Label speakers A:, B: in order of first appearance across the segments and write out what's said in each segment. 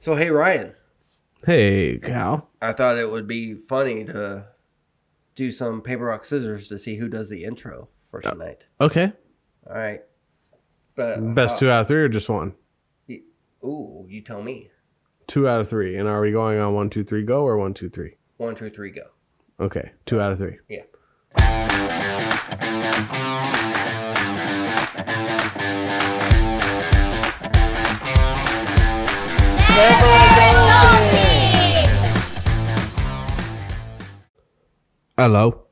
A: So hey Ryan,
B: Hey, Cal.
A: I thought it would be funny to do some paper rock scissors to see who does the intro for tonight.
B: Okay.
A: All right. But uh,
B: Best two out of three or just one?
A: Ooh, you tell me.
B: Two out of three. And are we going on one, two, three, go or one, two, three?
A: One, two, three, go.
B: Okay. Two out of three.
A: Yeah.
B: Hello.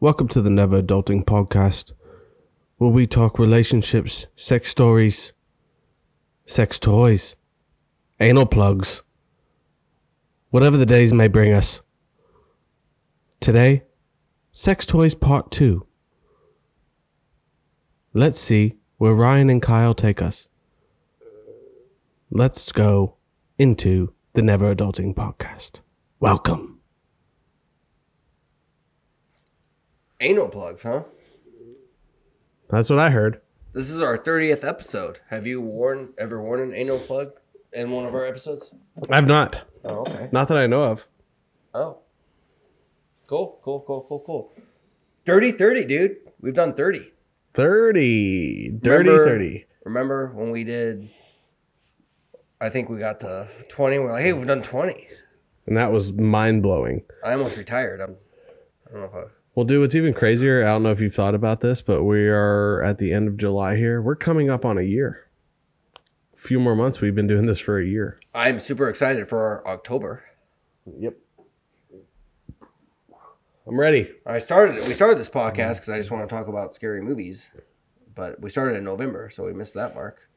B: Welcome to the Never Adulting Podcast, where we talk relationships, sex stories, sex toys, anal plugs, whatever the days may bring us. Today, Sex Toys Part 2. Let's see where Ryan and Kyle take us. Let's go into the Never Adulting Podcast. Welcome.
A: Anal plugs, huh?
B: That's what I heard.
A: This is our thirtieth episode. Have you worn ever worn an anal plug in one of our episodes?
B: I've not.
A: Oh, okay.
B: Not that I know of.
A: Oh. Cool, cool, cool, cool, cool. Dirty 30, dude. We've done 30.
B: 30. Dirty
A: Remember-
B: 30.
A: Remember when we did I think we got to 20. We're like, "Hey, we've done 20."
B: And that was mind blowing.
A: I almost retired. I'm I don't know if I
B: Well, dude, what's even crazier, I don't know if you've thought about this, but we are at the end of July here. We're coming up on a year. A few more months, we've been doing this for a year.
A: I'm super excited for our October.
B: Yep. I'm ready.
A: I started we started this podcast because I just want to talk about scary movies, but we started in November, so we missed that mark.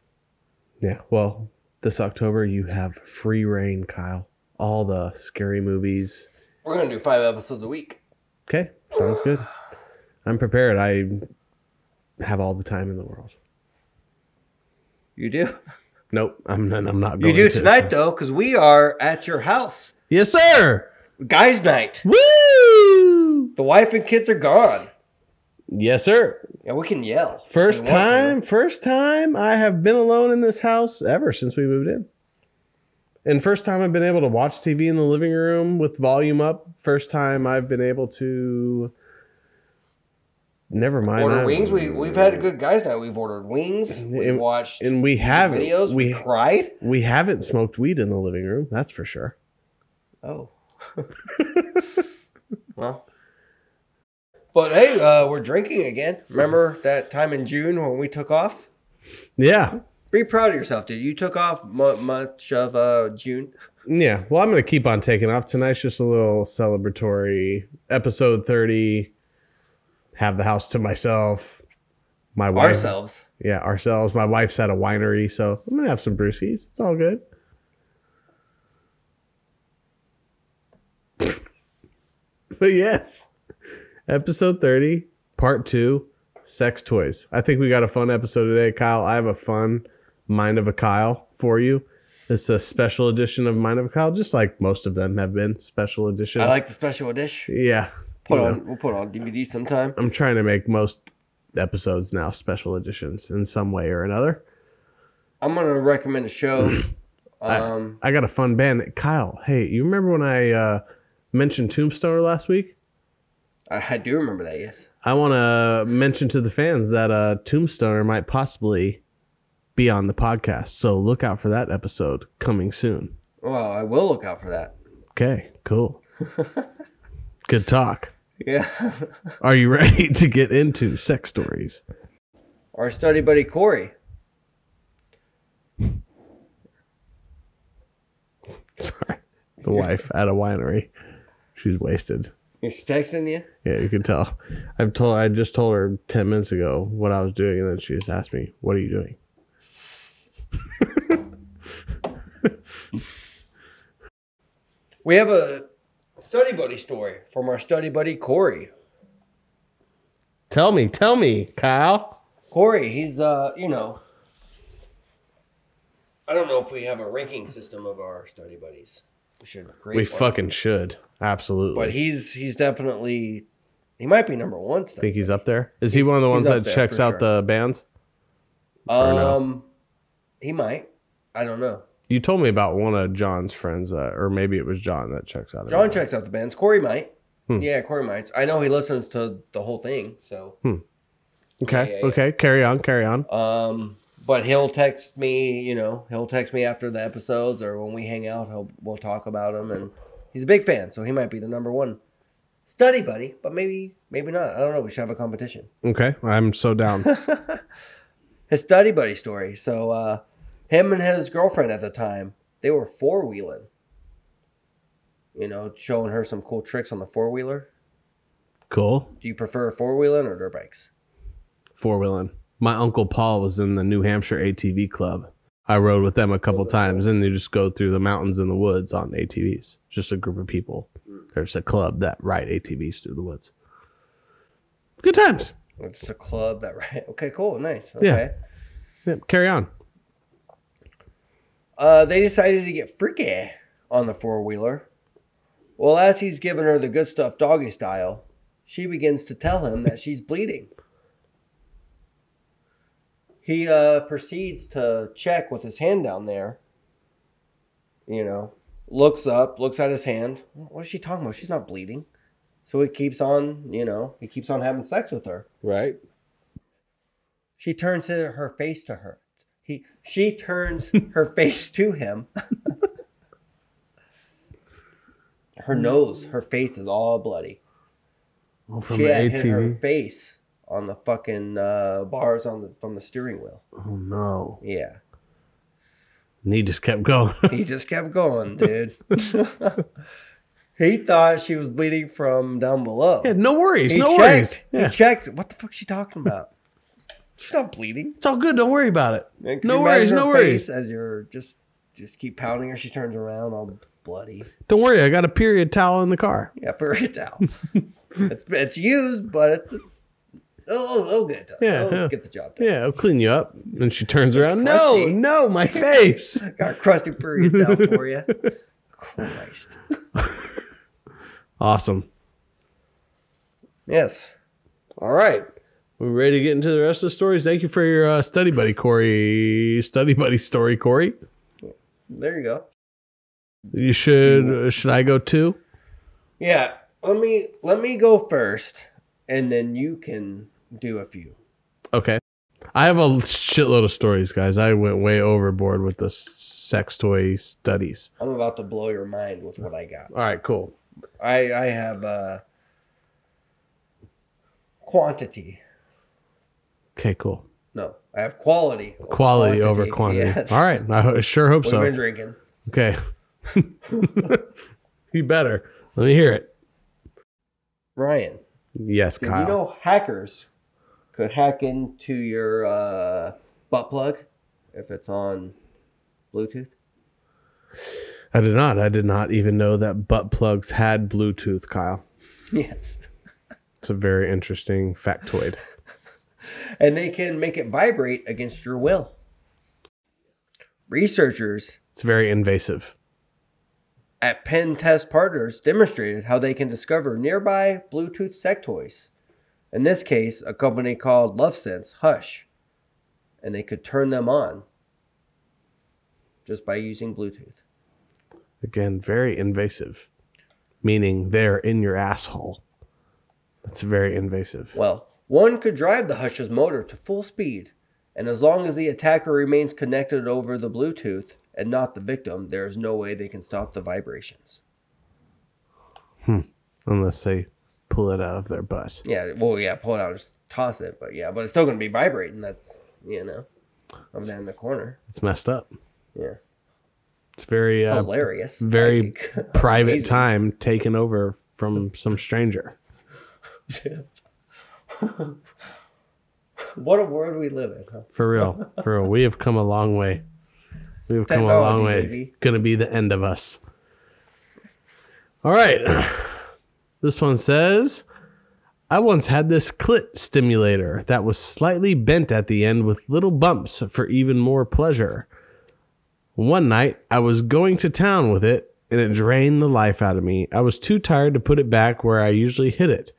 B: Yeah. Well, this October, you have free reign, Kyle. All the scary movies.
A: We're gonna do five episodes a week.
B: Okay. Sounds good. I'm prepared. I have all the time in the world.
A: You do.
B: Nope, I'm I'm not
A: You
B: going.
A: do
B: to.
A: tonight though, because we are at your house,
B: Yes, sir.
A: guys' night.
B: Woo!
A: The wife and kids are gone,
B: Yes, sir.
A: and we can yell. if
B: First
A: we want to.
B: time, first time I have been alone in this house ever since we moved in. And first time I've been able to watch TV in the living room with volume up. First time I've been able to. Never mind.
A: Order
B: I-
A: wings. We we've had a good guys' night. We've ordered wings. We have
B: And-
A: watched
B: and we haven't.
A: videos. We,
B: We
A: cried.
B: we haven't smoked weed in the living room. That's for sure.
A: Oh. well. But hey, uh, we're drinking again. Remember that time in June when we took off?
B: Yeah,
A: Be proud of yourself, dude. You took off mu- much of uh, June.
B: Yeah, well, I'm gonna keep on taking off. Tonight's just a little celebratory episode 30. Have the house to myself. My wife,
A: Ourselves.
B: yeah, ourselves. My wife's at a winery, so I'm gonna have some brewskis. It's all good. but yes, episode 30, part two, sex toys. I think we got a fun episode today, Kyle. I have a fun mind of a Kyle for you. It's a special edition of Mind of a Kyle, just like most of them have been special editions.
A: I like the special dish.
B: yeah.
A: Put
B: you know.
A: on. We'll put on DVD sometime.
B: I'm trying to make most episodes now special editions in some way or another.
A: I'm gonna recommend a show. Um,
B: I got a fun band. Kyle, hey, you remember when I uh, mentioned Tombstoner last week?
A: I, I do remember that. Yes.
B: I want to mention to the fans that uh, Tombstoner might possibly be on the podcast. So look out for that episode coming soon.
A: Well, I will look out for that.
B: Okay, cool. Good talk.
A: Yeah.
B: Are you ready to get into sex stories?
A: Our study buddy Corey.
B: Sorry. The wife at a winery. She's wasted.
A: He's texting you.
B: Yeah, you can tell. I've told I just told her ten minutes ago what I was doing, and then she just asked me, "What are you doing?"
A: We have a study buddy story from our study buddy Corey.
B: Tell me, tell me, Kyle.
A: Corey, he's uh, you know, I don't know if we have a ranking system of our study buddies. We should create.
B: We
A: one.
B: fucking should. Absolutely.
A: But he's he's definitely he might be number one. Study.
B: Think he's up there? Is he one of the ones
A: up
B: that
A: there,
B: checks
A: for
B: out
A: sure.
B: the bands?
A: Um, he might. I don't know.
B: You told me about one of John's friends, uh, or maybe it was John that checks out.
A: John
B: every-
A: checks out the bands. Corey might.
B: Hmm.
A: Yeah, Corey might. I know he listens to the whole thing, so
B: Okay.
A: Yeah, yeah, yeah.
B: Okay. Carry on. Carry on.
A: um but he'll text me, you know, he'll text me after the episodes or when we hang out, he'll we'll talk about him and he's a big fan, so he might be the number one study buddy, but maybe maybe not. I don't know, we should have a competition.
B: Okay. I'm so down.
A: his study buddy story. So uh, him and his girlfriend at the time, they were four wheeling. You know, showing her some cool tricks on the four wheeler.
B: cool.
A: Do you prefer four wheeling or dirt bikes?
B: Four wheeling. My uncle Paul was in the New Hampshire ATV club. I rode with them a couple times, and they just go through the mountains and the woods on ATVs. Just a group of people. There's a club that ride ATVs through the woods. Good times.
A: It's a club that right. Okay, cool, nice. Okay.
B: Yeah. Yeah, carry on.
A: Uh, they decided to get freaky on the four wheeler. Well, as he's giving her the good stuff doggy style, she begins to tell him that she's bleeding. He uh, proceeds to check with his hand down there. You know, looks up, looks at his hand. What is she talking about? She's not bleeding. So he keeps on, you know, he keeps on having sex with her.
B: Right.
A: She turns her her face to her. He, she turns her face to him. her nose, her face is all bloody.
B: Oh, From
A: she
B: the
A: had hit her
B: ATV.
A: face on the fucking uh, bars on the from the steering wheel.
B: Oh no.
A: Yeah,
B: And he just kept going.
A: he just kept going, dude. he thought she was bleeding from down below.
B: yeah, no worries.
A: he
B: no worries.
A: checked.
B: Yeah.
A: He checked. What the fuck is she talking about? She's not bleeding.
B: It's all good. Don't worry about it.
A: Man, can
B: No
A: you imagine
B: worries,
A: her
B: no
A: face As you're just just keep pounding her, she turns around all bloody.
B: Don't worry. I got a period towel in the car.
A: Yeah, bury it down. it's it's used, but it's it's oh oh good.
B: Yeah,
A: It'll
B: yeah.
A: get the job done.
B: Yeah, I'll clean you up. And she turns around. No,
A: crusty.
B: no, my face.
A: Got a crusty period down for you. Christ.
B: Awesome.
A: Yes.
B: All right. We're ready to get into the rest of the stories. Thank you for your uh, study buddy, Corey. Study buddy story, Corey.
A: There you go.
B: You should should I go too?
A: Yeah. Let me let me go first, and then you can do a few.
B: Okay. I have a shitload of stories, guys. I went way overboard with the s- sex toy studies.
A: I'm about to blow your mind with what I got.
B: All right, cool.
A: I I have uh quantity.
B: Okay, cool.
A: No, I have quality. over
B: Quality over quantity.
A: Yes.
B: All right. I ho- sure hope
A: We've
B: so.
A: been drinking.
B: Okay. you better. Let me hear it.
A: Ryan,
B: Yes,
A: did
B: Kyle.
A: you know hackers could hack into your uh, butt plug if it's on Bluetooth?
B: I did not. I did not even know that butt plugs had Bluetooth, Kyle.
A: Yes.
B: It's a very interesting factoid.
A: And they can make it vibrate against your will. Researchers
B: It's very invasive.
A: at Penn Test Partners demonstrated how they can discover nearby Bluetooth sectoys. In this case, a company called LoveSense Hush, and they could turn them on just by using Bluetooth.
B: Again, very invasive, meaning they're in your asshole. That's very invasive.
A: Well, one could drive the Hush's motor to full speed, and as long as the attacker remains connected over the Bluetooth and not the victim, there is no way they can stop the vibrations.
B: Unless they pull it out of their butt.
A: Yeah, well, yeah, pull it out, just toss it, but yeah, but it's still going to be vibrating. That's, you know, over there in the corner.
B: It's messed up.
A: Yeah.
B: It's very uh,
A: hilarious. I
B: very
A: think.
B: private
A: Amazing.
B: time taken over from some stranger.
A: what a world we live in. Huh?
B: For real. For real. We have come a long way. We have come a
A: Technology,
B: long way.
A: baby.
B: Gonna be the end of us. All right. This one says I once had this clit stimulator that was slightly bent at the end with little bumps for even more pleasure. One night, I was going to town with it and it drained the life out of me. I was too tired to put it back where I usually hid it.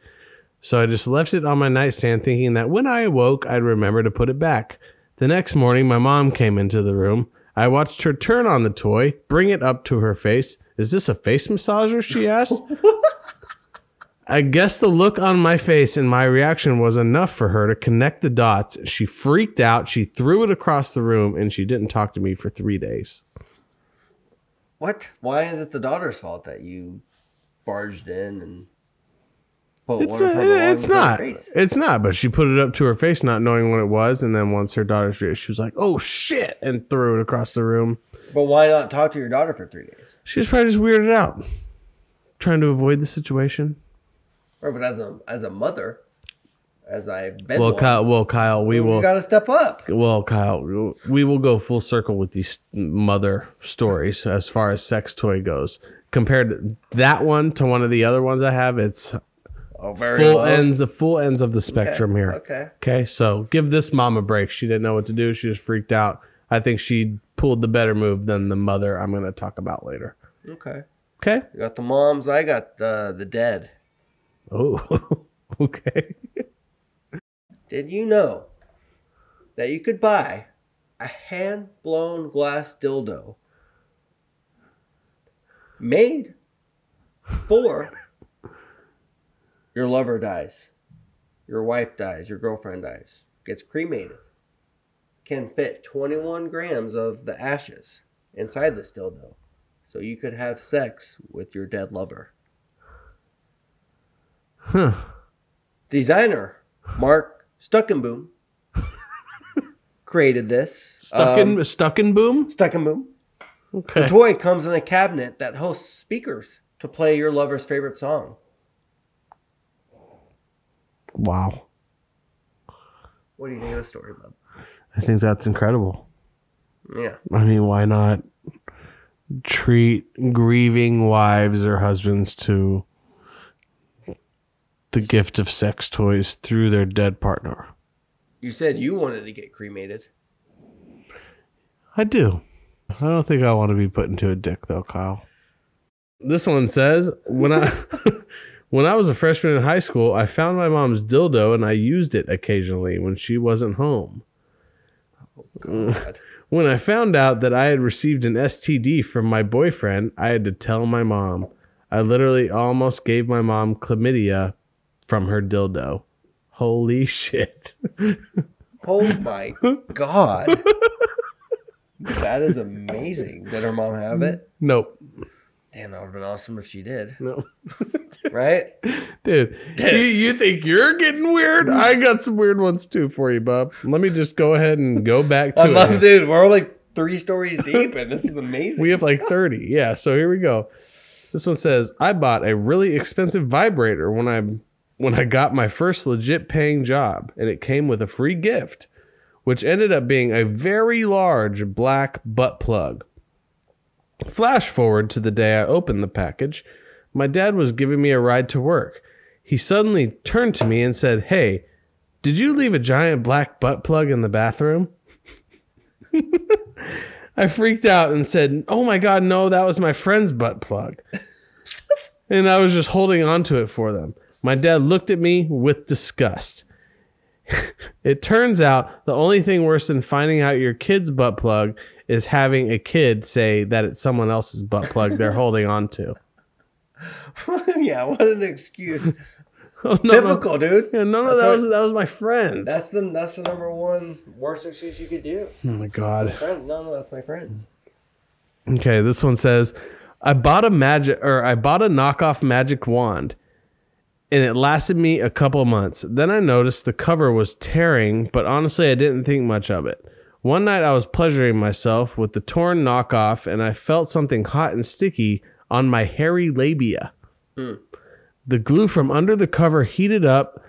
B: So I just left it on my nightstand thinking that when I awoke, I'd remember to put it back. The next morning, my mom came into the room. I watched her turn on the toy, bring it up to her face. Is this a face massager? She asked. I guess the look on my face and my reaction was enough for her to connect the dots. She freaked out. She threw it across the room and she didn't talk to me for three days.
A: What? Why is it the daughter's fault that you barged in and put
B: It's,
A: one of her
B: uh,
A: belongings on
B: it's
A: her
B: not.
A: face?
B: It's not, but she put it up to her face, not knowing what it was. And then once her daughter's reaction, she was like, oh shit, and threw it across the room.
A: But why not talk to your daughter for three days?
B: She was probably just weirded out, trying to avoid the situation.
A: Right, but as a as a mother, as I've been,
B: well,
A: one,
B: Kyle, well, Kyle, we
A: you
B: will.
A: gotta step up.
B: Well, Kyle, we will go full circle with these mother stories as far as sex toy goes. Compared that one to one of the other ones I have, it's
A: Oh, very
B: full
A: low.
B: ends of full ends of the spectrum
A: okay.
B: here.
A: Okay,
B: Okay, so give this mom a break. She didn't know what to do. She just freaked out. I think she pulled the better move than the mother I'm going to talk about later.
A: okay.
B: Okay.
A: You got the moms. I got uh, the dead.
B: Oh, okay.
A: Did you know that you could buy a hand blown glass dildo made for your lover dies, your wife dies, your girlfriend dies, gets cremated, can fit 21 grams of the ashes inside this dildo. So you could have sex with your dead lover.
B: Huh.
A: Designer Mark Stuckenboom created this.
B: Stuck
A: Um,
B: in stuck in boom.
A: Stuckenboom. The
B: Okay.
A: toy comes in a cabinet that hosts speakers to play your lover's favorite song.
B: Wow.
A: What do you think of the story, bub?
B: I think that's incredible.
A: Yeah.
B: I mean, why not treat grieving wives or husbands to the gift of sex toys through their dead partner?
A: You said you wanted to get cremated.
B: I do. I don't think I want to be put into a dick though, Kyle. This one says when I when I was a freshman in high school, I found my mom's dildo and I used it occasionally when she wasn't home.
A: Oh, God.
B: When I found out that I had received an STD from my boyfriend, I had to tell my mom. I literally almost gave my mom chlamydia from her dildo. Holy shit.
A: oh, my God. That is amazing. Did her mom have it?
B: Nope.
A: Damn, that would have been awesome if she did.
B: No.
A: Right?
B: Dude, you, you think you're getting weird? I got some weird ones too for you, Bob. Let me just go ahead and go back to
A: I love,
B: it.
A: dude, we're like three stories deep, and this is amazing.
B: We have like 30. Yeah, so here we go. This one says, "I bought a really expensive vibrator when I when I got my first legit paying job, and it came with a free gift, which ended up being a very large black butt plug." Flash forward to the day I opened the package. My dad was giving me a ride to work. He suddenly turned to me and said, "Hey, did you leave a giant black butt plug in the bathroom?" I freaked out and said, "Oh my god, no, that was my friend's butt plug." and I was just holding on to it for them. My dad looked at me with disgust. it turns out the only thing worse than finding out your kid's butt plug is having a kid say that it's someone else's butt plug they're holding on to.
A: yeah, what an excuse.
B: Oh, no, no,
A: Typical, dude.
B: Yeah, no, no, that
A: That's
B: was that was my friend's.
A: That's the that's the number one worst excuse you could do.
B: oh my god.
A: Friend, no, no, that's my friends.
B: Okay, this one says, I bought a magic or I bought a knockoff magic wand and it lasted me a couple months. Then I noticed the cover was tearing, but honestly, I didn't think much of it. One night I was pleasuring myself with the torn knockoff and I felt something hot and sticky on my hairy labia.
A: Hmm.
B: The glue from under the cover heated up,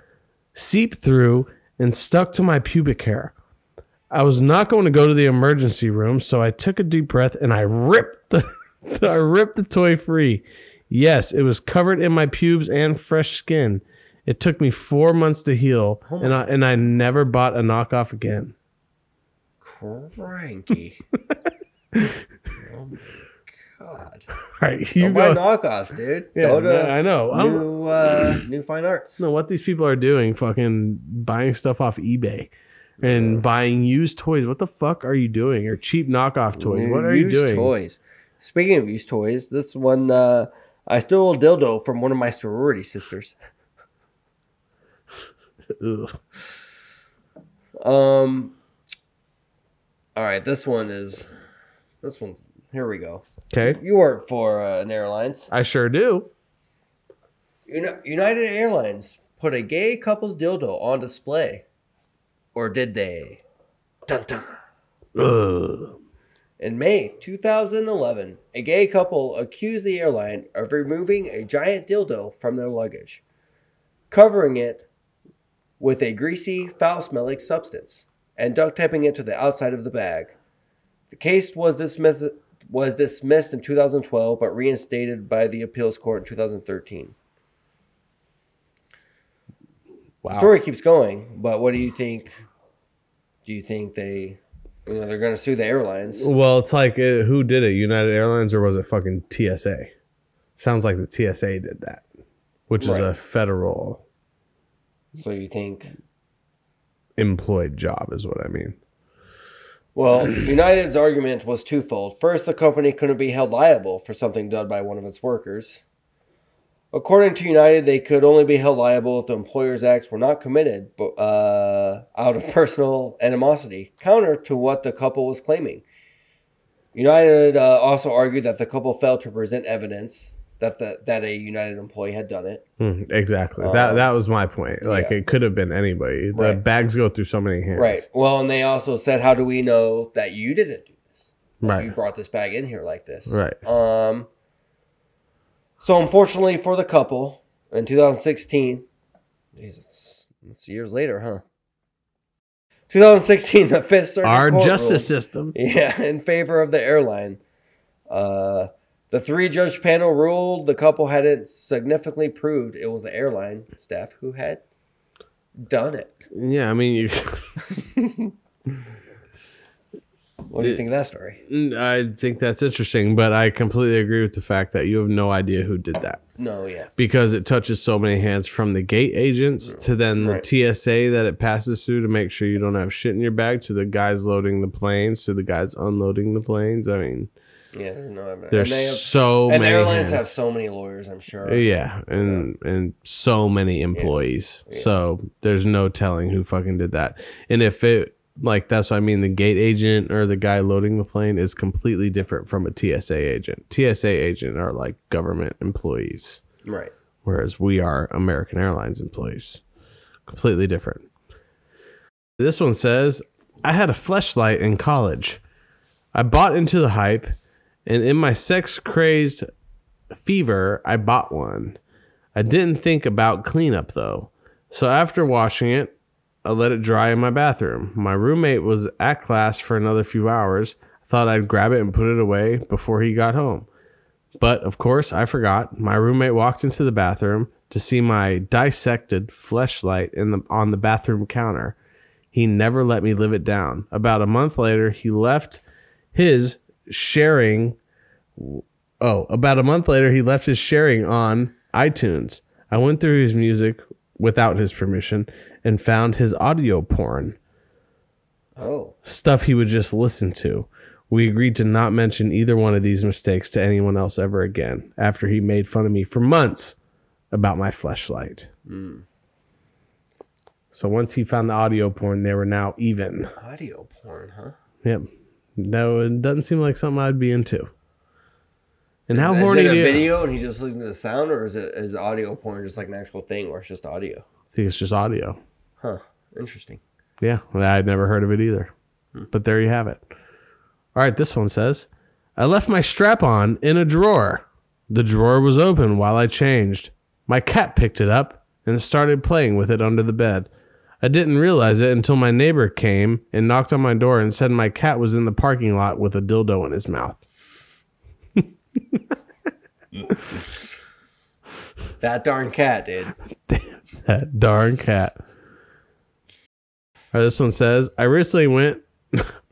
B: seeped through, and stuck to my pubic hair. I was not going to go to the emergency room, so I took a deep breath and I ripped the I ripped the toy free. Yes, it was covered in my pubes and fresh skin. It took me four months to heal, and I and I never bought a knockoff again.
A: Cranky. oh my god.
B: All right, you
A: Don't buy
B: go.
A: knockoffs, dude.
B: yeah,
A: Go
B: no,
A: to
B: I know. I don't
A: new uh, new fine arts.
B: know what these people are doing. Fucking buying stuff off eBay. and buying used toys. What the fuck are you doing? Or cheap knockoff toys? What are you
A: Mm, Used
B: doing?
A: Toys. Speaking of used toys, this one uh, I stole a dildo from one of my sorority sisters.
B: Ugh.
A: Um. All right, this one is. This one's here. We go.
B: Okay,
A: You work for uh, an airlines.
B: I sure do.
A: Uni- United Airlines put a gay couple's dildo on display, or did they? Dun, dun.
B: Ugh.
A: In May 2011, a gay couple accused the airline of removing a giant dildo from their luggage, covering it with a greasy, foul smelling substance, and duct taping it to the outside of the bag. The case was dismissed, was dismissed in 2012 but reinstated by the appeals court in 2013.
B: Wow.
A: The story keeps going, but what do you think? Do you think they, you know, they're going to sue the airlines?
B: Well, it's like uh, who did it? United Airlines or was it fucking TSA? Sounds like the TSA did that, which is a
A: Right.
B: federal
A: So you think
B: employed job, is what I mean.
A: Well, United's argument was twofold. First, the company couldn't be held liable for something done by one of its workers. According to United, they could only be held liable if the employer's acts were not committed but, uh, out of personal animosity, counter to what the couple was claiming. United uh, also argued that the couple failed to present evidence that the, that a United employee had done it.
B: Hmm, exactly. that
A: Uh,
B: that was my point. Like
A: yeah.
B: it could have been anybody. The
A: Right.
B: bags go through so many hands.
A: Right. Well, and they also said, "How do we know that you didn't do this? You
B: Right.
A: brought this bag in here like this."
B: Right.
A: Um, so unfortunately for the couple, in 2016, Jesus, it's years later, huh? 2016, the Fifth Circuit
B: Our
A: Court
B: justice
A: ruled-
B: system.
A: yeah, in favor of the airline. Uh, the three-judge panel ruled the couple hadn't significantly proved it was the airline staff who had done it.
B: Yeah, I mean, you,
A: What do you think of that story?
B: I think that's interesting, but I completely agree with the fact that you have no idea who did that.
A: No, yeah,
B: because it touches so many hands from the gate agents to then the
A: Right.
B: TSA that it passes through to make sure you don't have shit in your bag to the guys loading the planes to the guys unloading the planes. I mean,
A: yeah, there's no evidence.
B: there's
A: And, they have,
B: so
A: and the
B: many
A: airlines have
B: hands.
A: so many lawyers, I'm sure.
B: yeah, and and so many employees.
A: Yeah.
B: So there's no telling who fucking did that. And if it like that's what I mean, the gate agent or the guy loading the plane is completely different from a TSA agent. TSA agent are like government employees
A: Right.
B: whereas we are American Airlines employees. Completely different. This one says, I had a fleshlight in college. I bought into the hype, and in my sex crazed fever, I bought one. I didn't think about cleanup though. So after washing it, I let it dry in my bathroom. My roommate was at class for another few hours. I thought I'd grab it and put it away before he got home. But of course, I forgot. My roommate walked into the bathroom to see my dissected fleshlight in the on the bathroom counter. He never let me live it down. About a month later, he left his sharing Oh, about a month later he left his sharing on iTunes. I went through his music without his permission and found his audio porn
A: Oh,
B: stuff he would just listen to. We agreed to not mention either one of these mistakes to anyone else ever again after he made fun of me for months about my fleshlight.
A: Hmm.
B: So once he found the audio porn, they were now even.
A: audio porn, huh?
B: Yep. No, it doesn't seem like something I'd be into. And how
A: is,
B: horny
A: is it
B: do
A: a
B: you
A: video and he's just listening to the sound, or is it is audio porn just like an actual thing where it's just audio?
B: I think it's just audio.
A: Huh. Interesting.
B: Yeah, well, I'd never heard of it either. But there you have it. All right, this one says, I left my strap on in a drawer. The drawer was open while I changed. My cat picked it up and started playing with it under the bed. I didn't realize it until my neighbor came and knocked on my door and said my cat was in the parking lot with a dildo in his mouth.
A: That darn cat, dude.
B: That darn cat. All right, this one says, I recently went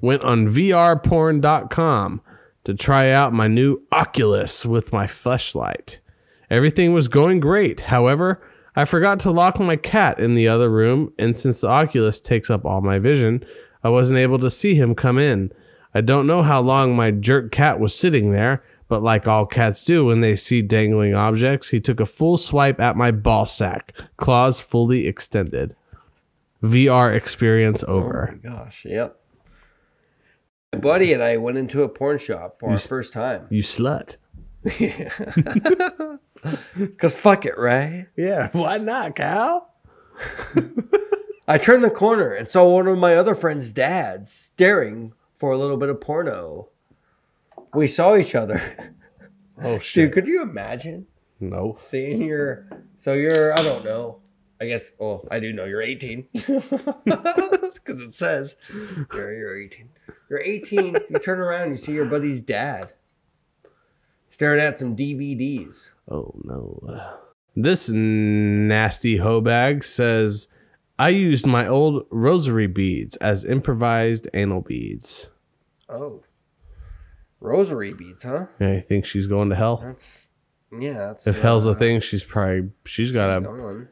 B: went on VRporn.com to try out my new Oculus with my fleshlight. Everything was going great. However, I forgot to lock my cat in the other room, and since the Oculus takes up all my vision, I wasn't able to see him come in. I don't know how long my jerk cat was sitting there, but like all cats do when they see dangling objects, he took a full swipe at my ball sack, claws fully extended. VR experience
A: Oh
B: over.
A: my gosh, yep. My buddy and I went into a porn shop for our first time.
B: You slut.
A: Cause fuck it, right?
B: Yeah, why not, Cal?
A: I turned the corner and saw one of my other friend's dads staring for a little bit of porno. We saw each other.
B: Oh shit.
A: Dude, could you imagine
B: No.
A: seeing your so you're I don't know. I guess well, I do know you're 18. Cuz it says you're, you're 18. You're 18, you turn around you see your buddy's dad staring at some DVDs.
B: Oh no. This nasty hobag says, I used my old rosary beads as improvised anal beads.
A: Oh. Rosary beads, huh?
B: I think she's going to hell.
A: That's yeah, that's
B: If hell's
A: uh,
B: a thing, she's probably she's got
A: she's
B: a
A: gone,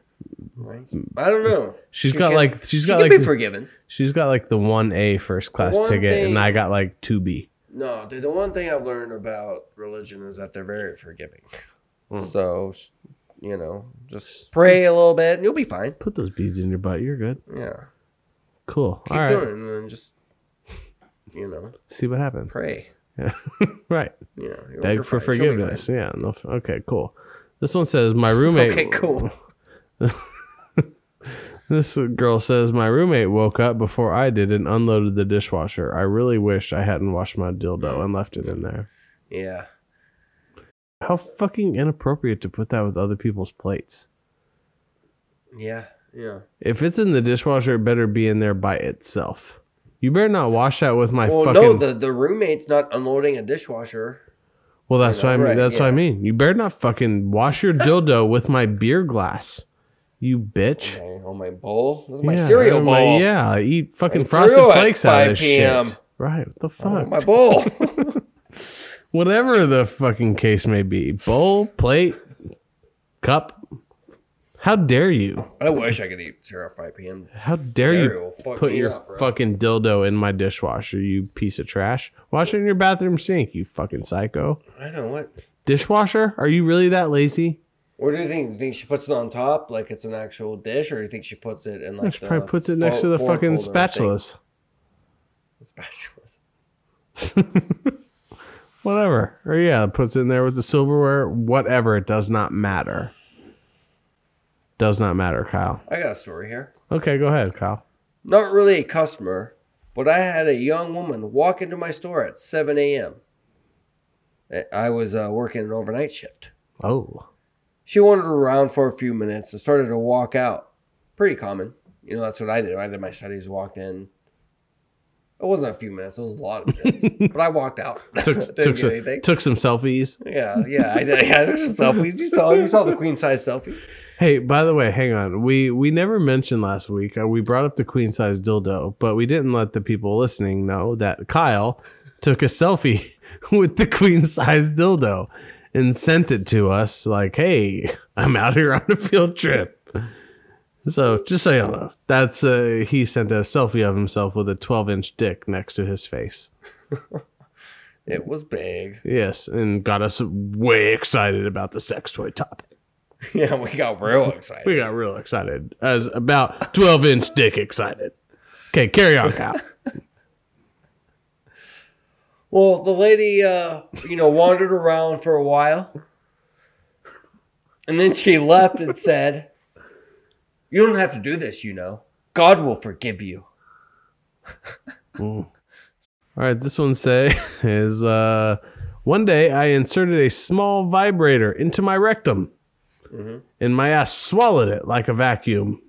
A: right? I don't know.
B: she's
A: she
B: got
A: can-
B: like she's
A: She
B: got
A: can
B: like
A: be
B: the-
A: forgiven.
B: she's got like the one A first class
A: One
B: ticket,
A: thing-
B: and I got like two B.
A: No, dude, the one thing I've learned about religion is that they're very forgiving.
B: Mm.
A: So, sh- you know,
B: Hmm.
A: just pray a little bit and you'll be fine.
B: Put those beads in your butt. You're good.
A: Yeah.
B: Cool.
A: Keep
B: All right.
A: doing it and then just, you know,
B: See what happens.
A: pray.
B: Right.
A: Yeah. you'll-
B: Beg
A: you're
B: for
A: fine. She'll be
B: forgiveness. Yeah. No. f- Okay. Cool. This one says my roommate.
A: Okay, cool.
B: This girl says, My roommate woke up before I did and unloaded the dishwasher. I really wish I hadn't washed my dildo and left it in there.
A: fine. Yeah.
B: How fucking inappropriate to put that with other people's plates.
A: Yeah. Yeah.
B: If it's in the dishwasher, it better be in there by itself. You better not wash that with my
A: well,
B: fucking.
A: no, the, the roommate's not unloading a dishwasher.
B: well, that's
A: you know,
B: what I mean.
A: right,
B: that's what I
A: yeah.
B: mean. You better not fucking wash your dildo with my beer glass. You bitch.
A: Okay, on my bowl. This is my
B: Yeah,
A: cereal
B: I'm
A: bowl.
B: like, yeah, I eat fucking
A: Like
B: frosted
A: cereal at
B: flakes out
A: 5
B: of this
A: PM.
B: shit. Right, what the
A: Oh,
B: fuck?
A: my bowl.
B: whatever the fucking case may be bowl plate cup how dare you
A: I wish I could eat cereal at 5 p.m.
B: how dare
A: Cereal
B: you
A: will fuck
B: put
A: me
B: your
A: up, bro.
B: fucking dildo in my dishwasher you piece of trash wash it in your bathroom sink you fucking psycho
A: I don't know what.
B: dishwasher are you really that lazy
A: What do you think? You think she puts it on top like it's an actual dish, or do you think she puts it in like
B: she
A: the
B: probably puts it
A: fo-
B: next to the
A: fork
B: fucking
A: holder thing?
B: spatulas
A: Spatulas.
B: whatever or yeah puts it in there with the silverware whatever it does not matter does not matter kyle
A: I got a story here.
B: okay go ahead kyle
A: Not really a customer, but I had a young woman walk into my store at 7 a.m. I- I was uh, working an overnight shift.
B: oh
A: She wandered around for a few minutes and started to walk out. Pretty common. You know, that's what I did. I did my studies, walked in. It wasn't a few minutes, it was a lot of minutes. but I walked out.
B: took,
A: Didn't
B: took,
A: get
B: some,
A: anything.
B: took some selfies
A: Yeah, yeah, I did. I took some selfies. You saw, you saw the queen size selfie.
B: Hey, by the way, hang on. We we never mentioned last week. Uh, we brought up the queen size dildo, but we didn't let the people listening know that Kyle took a selfie with the queen size dildo and sent it to us. Like, hey, I'm out here on a field trip. So just so y'all know, that's uh, he sent a selfie of himself with a 12 inch dick next to his face.
A: It was big.
B: Yes, and got us way excited about the sex toy topic.
A: Yeah, we got real
B: We
A: excited.
B: got real excited. As about 12 inch dick excited. Okay, carry on, Kyle.
A: Well, the lady, uh, you know, wandered around for a while, and then she left and said, "You don't have to do this. You know, God will forgive you."
B: All right, this one say is uh, one day I inserted a small vibrator into my rectum,
A: Mhm.
B: and my ass swallowed it like a vacuum.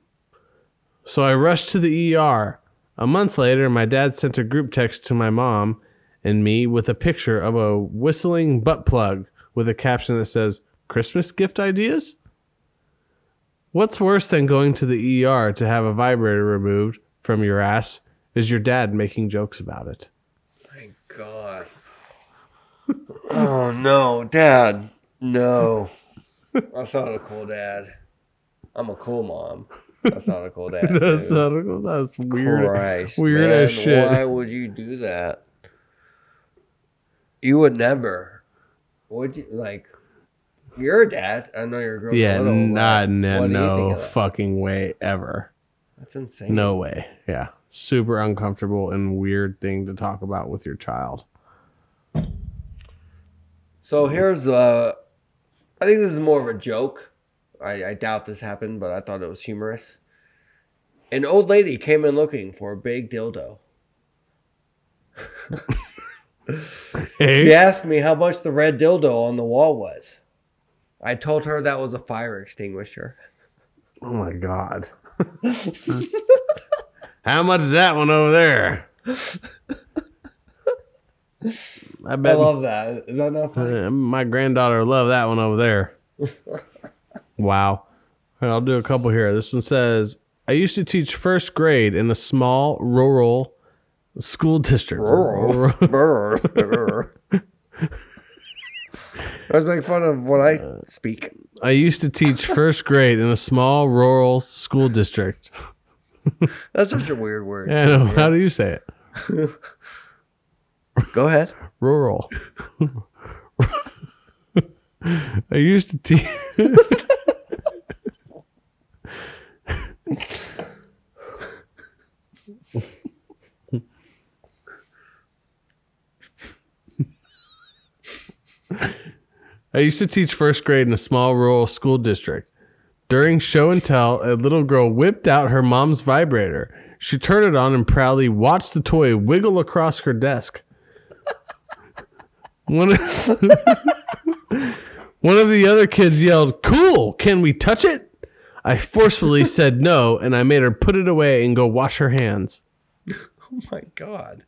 B: So I rushed to the ER. A month later, my dad sent a group text to my mom and me with a picture of a whistling butt plug with a caption that says "Christmas gift ideas." What's worse than going to the ER to have a vibrator removed from your ass is your dad making jokes about it.
A: Thank God. oh no, Dad! No, I thought a cool dad. I'm a cool mom. That's not a cool dad.
B: that's
A: dude.
B: not a, that's weird.
A: Christ,
B: weird
A: man,
B: as shit.
A: Why would you do that? You would never. Would you like? You're a dad. I know you're a grown.
B: Yeah,
A: little,
B: nah,
A: like,
B: nah,
A: what do you think
B: no
A: of that?
B: fucking way ever.
A: That's insane.
B: No way. Yeah. Super uncomfortable and weird thing to talk about with your child.
A: So here's uh, I think this is more of a joke. I, I doubt this happened, but I thought it was humorous. An old lady came in looking for a big dildo.
B: Hey,
A: She asked me how much the red dildo on the wall was. I told her that was a fire extinguisher.
B: Oh my god. How much is that one over there? I
A: I
B: bet
A: love that. Is that not funny?
B: uh, my granddaughter loved that one over there. wow. All right, I'll do a couple here. This one says, I used to teach first grade in a small rural school district.
A: Rural. Brr, brr. I was making fun of when I
B: Uh,
A: speak.
B: I used to teach first grade in a small rural school district.
A: That's such a weird word.
B: Yeah, I know. How do you say it?
A: Go ahead.
B: rural. I used to teach. I used to teach first grade in a small rural school district. During show and tell, a little girl whipped out her mom's vibrator. She turned it on and proudly watched the toy wiggle across her desk. One of, one of the other kids yelled, Cool, can we touch it? I forcefully said no, and I made her put it away and go wash her hands.
A: Oh my god.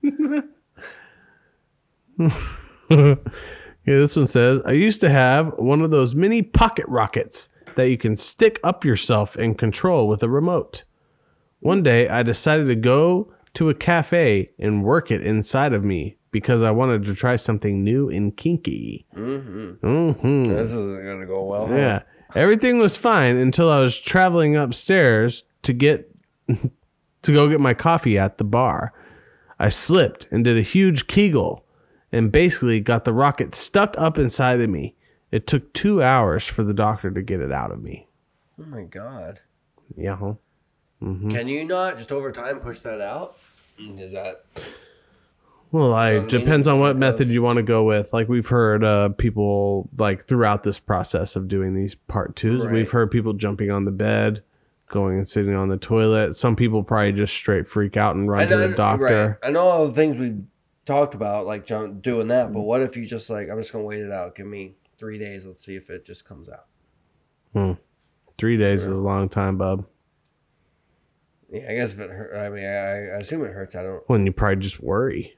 B: Yeah, this one says, I used to have one of those mini pocket rockets that you can stick up yourself and control with a remote. One day, I decided to go to a cafe and work it inside of me because I wanted to try something new and kinky.
A: hmm
B: hmm
A: This isn't gonna go well. huh?
B: Yeah. Everything was fine until I was traveling upstairs to get to go get my coffee at the bar. I slipped and did a huge kegel and basically got the rocket stuck up inside of me. It took 2 hours for the doctor to get it out of me.
A: Oh my god.
B: Yeah. huh? Mm-hmm.
A: Can you not just over time push that out? Is that
B: Well, I
A: mean,
B: depends on what method
A: because-
B: you want to go with. Like we've heard uh, people like throughout this process of doing these part twos,
A: Right.
B: we've heard people jumping on the bed, going and sitting on the toilet. Some people probably just straight freak out and run
A: I
B: to the
A: know-
B: doctor.
A: right. I know all the things we've talked about, like jump, doing that,
B: Mm.
A: but what if you just like I'm just gonna wait it out. Give me three days. Let's see if it just comes out.
B: Three days
A: Yeah.
B: is a long time, bub.
A: Yeah, I guess if it hurt. I mean, I, I assume it hurts. I don't.
B: When you probably just worry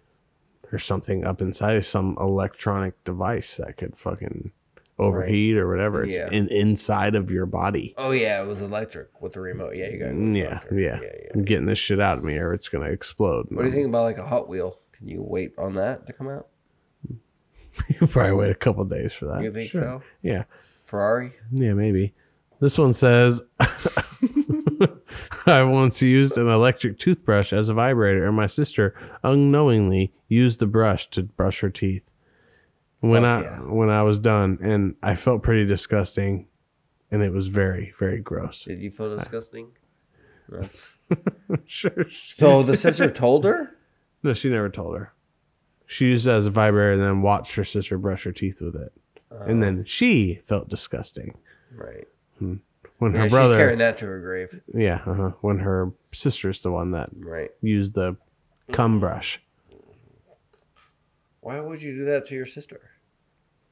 B: there's something up inside of some electronic device that could fucking overheat or whatever. It's
A: Yeah.
B: in, inside of your body.
A: Oh yeah, it was electric with the remote. Yeah, you got.
B: Mm, yeah, yeah.
A: yeah, yeah.
B: I'm getting this shit out of me, or it's gonna explode.
A: What do you think about like a Hot Wheel? Can you wait on that to come out?
B: You probably wait a couple days for that.
A: You think
B: Uh, Sure.
A: so?
B: Yeah.
A: Ferrari.
B: Yeah, maybe. This one says I once used an electric toothbrush as a vibrator, and my sister unknowingly used the brush to brush her teeth. When
A: Fuck
B: I
A: yeah.
B: when I was done, and I felt pretty disgusting, and it was very very gross.
A: Did you feel disgusting? That's...
B: sure.
A: So the sister told her.
B: No, she never told her. She used it as a vibrator, and then watched her sister brush her teeth with it, and then she felt disgusting
A: Uh, right. Yeah,
B: when her
A: she's
B: brother.
A: carrying that to her grave.
B: Yeah, uh-huh. when her sister's the one that
A: Right.
B: used the
A: Mm-hmm.
B: cum brush.
A: Why would you do that to your sister?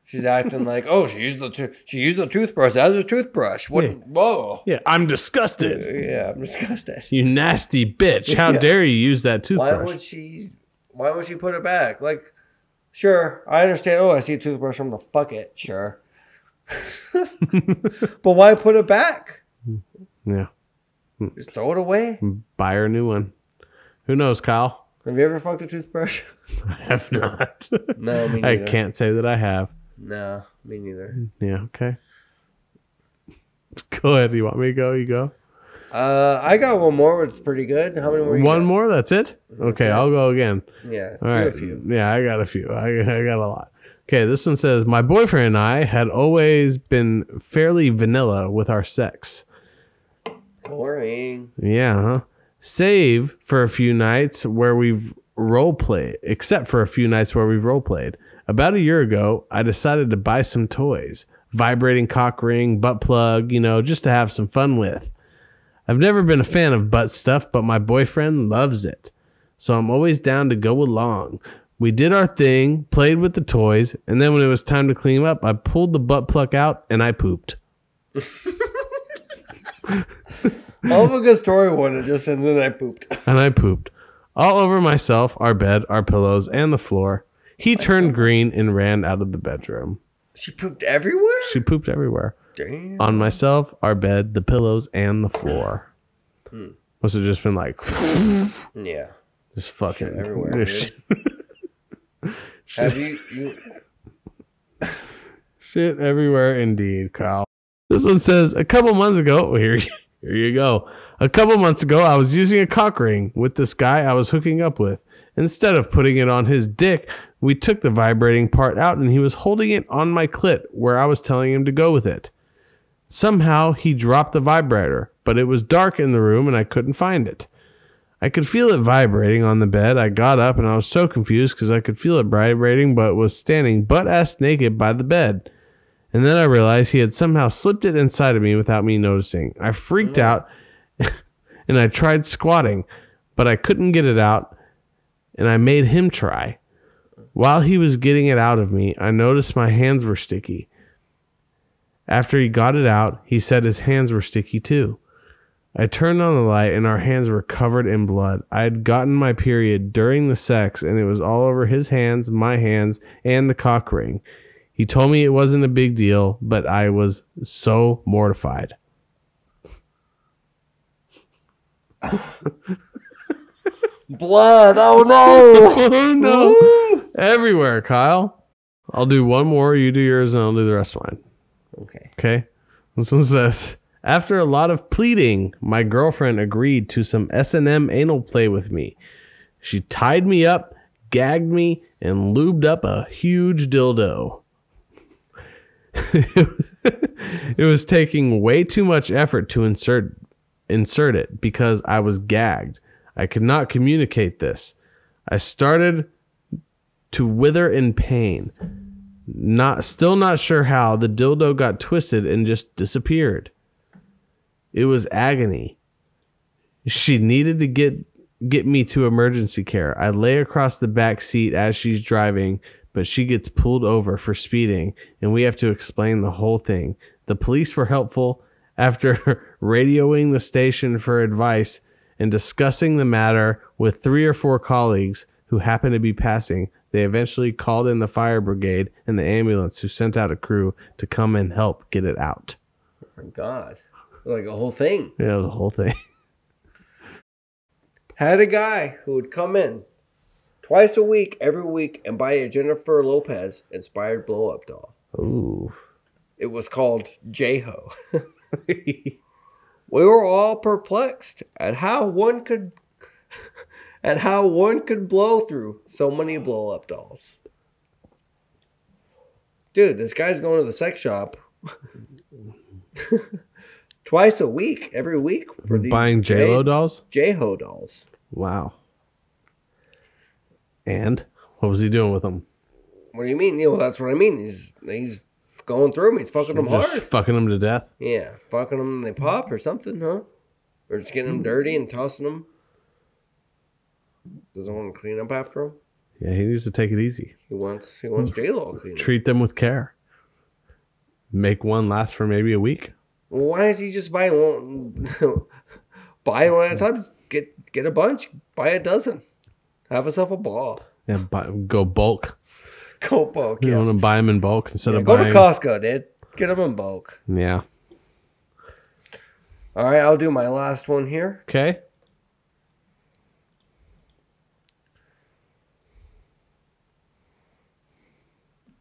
A: She's acting like, oh, she used the to- she used a toothbrush as a toothbrush. What?
B: Yeah.
A: Whoa.
B: Yeah, I'm disgusted.
A: Yeah, I'm disgusted.
B: You nasty bitch! How
A: Yeah.
B: dare you use
A: Why
B: that toothbrush?
A: would she? Why would she put it back? Like, sure, I understand. Oh, I see a toothbrush. I'm gonna fuck it. Sure. but why put it back?
B: Hmm. Yeah, Hmm.
A: Just throw it away.
B: buy her a new one. Who knows, Kyle?
A: Have you ever fucked a toothbrush?
B: I have not.
A: No, me
B: I
A: neither.
B: can't say that I have.
A: No, me neither.
B: Yeah, okay. Go ahead. You want me to go? You go.
A: Uh, I got one more. It's pretty good. How many more? you
B: One more. That's it. Okay,
A: it.
B: I'll go again.
A: got? Yeah,
B: All right.
A: do a few.
B: Yeah, I got a few. I, I got a lot. Okay, this one says My boyfriend and I had always been fairly vanilla with our sex.
A: Boring.
B: Yeah, huh? Save for a few nights where we've role played, except for a few nights where we've role played. About a year ago, I decided to buy some toys vibrating cock ring, butt plug, you know, just to have some fun with. I've never been a fan of butt stuff, but my boyfriend loves it. So I'm always down to go along. We did our thing, played with the toys, and then when it was time to clean up, I pulled the butt plug out and I pooped.
A: All of a good story one. It just ends in I pooped.
B: and I pooped all over myself, our bed, our pillows, and the floor. He turned green and ran out of the bedroom.
A: She pooped everywhere.
B: She pooped everywhere
A: Damn.
B: on myself, our bed, the pillows, and the floor.
A: Hmm.
B: Must have just been like,
A: Yeah.
B: just fucking
A: Shit everywhere,
B: Shit,
A: Have you? you
B: shit everywhere, indeed, Kyle. This one says a couple months ago. well, Here, here you go. A couple months ago, I was using a cock ring with this guy I was hooking up with. Instead of putting it on his dick, we took the vibrating part out and he was holding it on my clit where I was telling him to go with it. Somehow he dropped the vibrator, but it was dark in the room and I couldn't find it. I could feel it vibrating on the bed. I got up and I was so confused because I could feel it vibrating but was standing butt ass naked by the bed. And then I realized he had somehow slipped it inside of me without me noticing. I freaked out and I tried squatting, but I couldn't get it out and I made him try. While he was getting it out of me, I noticed my hands were sticky. After he got it out, he said his hands were sticky too. I turned on the light and our hands were covered in blood. I had gotten my period during the sex and it was all over his hands, my hands, and the cock ring. He told me it wasn't a big deal, but I was so mortified.
A: blood. Oh no.
B: Oh no!
A: Woo!
B: Everywhere, Kyle. I'll do one more, you do yours, and I'll do the rest of mine.
A: Okay.
B: Okay. This one says, after a lot of pleading, my girlfriend agreed to some S&M anal play with me. She tied me up, gagged me, and lubed up a huge dildo. it was taking way too much effort to insert insert it because I was gagged. I could not communicate this. I started to wither in pain not still not sure how the dildo got twisted and just disappeared. It was agony. She needed to get get me to emergency care. I lay across the back seat as she's driving, but she gets pulled over for speeding and we have to explain the whole thing. The police were helpful after radioing the station for advice and discussing the matter with three or four colleagues who happened to be passing. They eventually called in the fire brigade and the ambulance who sent out a crew to come and help get it out.
A: My God. Like a whole thing.
B: Yeah, it was a whole thing.
A: Had a guy who would come in twice a week, every week, and buy a Jennifer Lopez inspired blow up doll.
B: Ooh.
A: It was called J Ho. we were all perplexed at how one could at how one could blow through so many blow up dolls. Dude, this guy's going to the sex shop twice a week, every week for these
B: Buying J Lo dolls?
A: J Ho dolls.
B: Wow. And what was he doing with them?
A: What do you mean? Yeah, well, that's what I mean. He's he's going through me. He's fucking them
B: Just
A: hard.
B: fucking them to death.
A: Yeah, fucking them. They pop or something, huh? Or just getting them
B: Hmm.
A: dirty and tossing them. Doesn't want to clean up after him.
B: Yeah, he needs to take it easy.
A: He wants he
B: Hmm.
A: wants J Lo clean. up.
B: Treat them with care. Make one last for maybe a week.
A: Well, why is he just buying one? buy one at a
B: Hmm.
A: time. Just Get get a bunch. Buy a dozen. Have yourself a ball.
B: Yeah, buy, go bulk.
A: Go bulk.
B: You
A: Yes.
B: want to buy them in bulk instead
A: Yeah,
B: of
A: go to
B: buying.
A: Costco, dude. Get them in bulk.
B: yeah.
A: All right, I'll do my last one here.
B: Okay.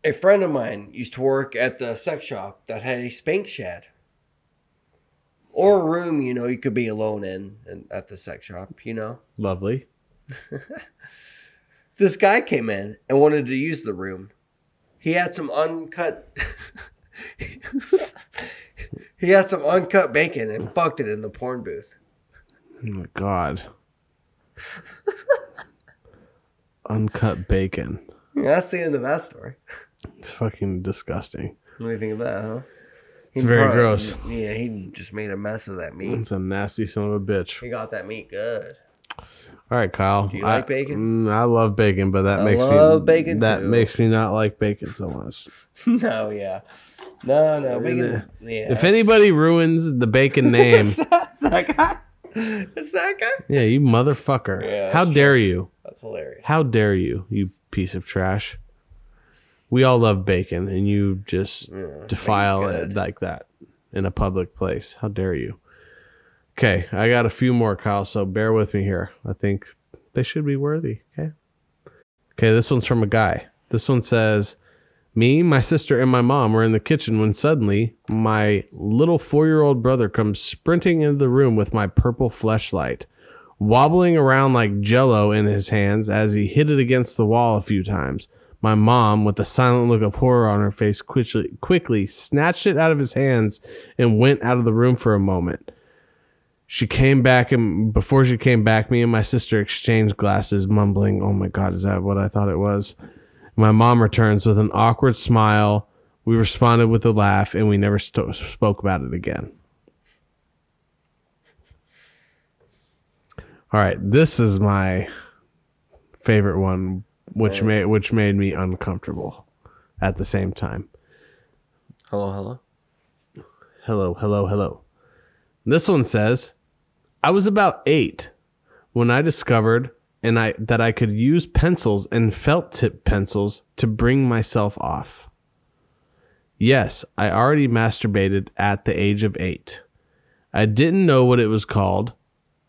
A: A friend of mine used to work at the sex shop that had a spank shed. or a room you know you could be alone in and at the sex shop you know
B: Lovely.
A: this guy came in and wanted to use the room he had some uncut he had some uncut bacon and fucked it in the porn booth
B: Oh my god. Uncut bacon.
A: Yeah, that's the end of that story
B: It's fucking disgusting.
A: what do you think of that huh
B: It's very gross.
A: yeah he just made a mess of that meat
B: It's a nasty son of a bitch.
A: he got that meat good
B: All right, Kyle.
A: Do you
B: I-
A: like bacon?
B: Mm, I love bacon, but that
A: I
B: makes me
A: love bacon
B: that
A: too.
B: makes me not like bacon so much.
A: no yeah no no we
B: And,
A: can,
B: uh,
A: yeah
B: If anybody ruins the bacon name,
A: that's that guy it's that guy
B: yeah, you motherfucker.
A: Yeah,
B: How
A: sure.
B: dare you?
A: that's hilarious
B: How dare you, you piece of trash? We all love bacon, and you just
A: Yeah, bacon's
B: defile
A: good.
B: it like that in a public place. How dare you? Okay, I got a few more, Kyle, so bear with me here. I think they should be worthy. Okay. Okay, this one's from a guy. This one says, Me, my sister, and my mom were in the kitchen when suddenly my little four year old brother comes sprinting into the room with my purple fleshlight, wobbling around like jello in his hands as he hit it against the wall a few times. My mom, with a silent look of horror on her face, quickly, quickly snatched it out of his hands and went out of the room for a moment. She came back, and before she came back, me and my sister exchanged glasses, mumbling, Oh my God, is that what I thought it was? My mom returns with an awkward smile. We responded with a laugh, and we never sto- spoke about it again. All right, this is my favorite one, which made which made me uncomfortable at the same time.
A: hello hello
B: Hello, hello, hello. This one says, I was about eight when I discovered and I that I could use pencils and felt tip pencils to bring myself off. Yes, I already masturbated at the age of eight. I didn't know what it was called,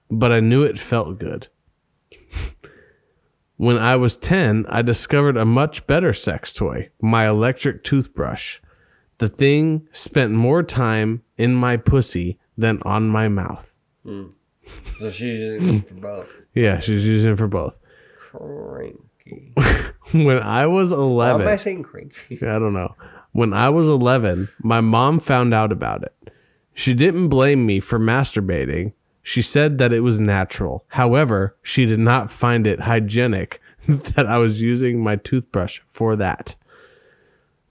B: but I knew it felt good. when I was 10, I discovered a much better sex toy, my electric toothbrush. The thing spent more time in my pussy than on my mouth.
A: so she's in for both
B: Yeah, she's using it for both.
A: cranky
B: When I was
A: Why am I
B: 11,
A: saying cranky?
B: I don't know. When I was 11, my mom found out about it. She didn't blame me for masturbating. She said that it was natural. However, she did not find it hygienic that I was using my toothbrush for that.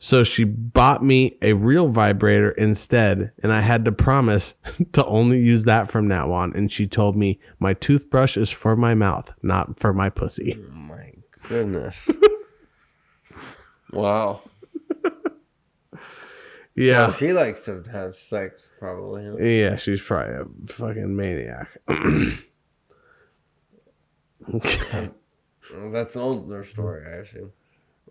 B: So she bought me a real vibrator instead, and I had to promise to only use that from now on. And she told me, My toothbrush is for my mouth, not for my pussy.
A: Oh my goodness. wow.
B: Yeah.
A: So she likes to have sex, probably. huh?
B: Yeah, she's probably a fucking maniac. okay.
A: Well, That's an older story, I assume.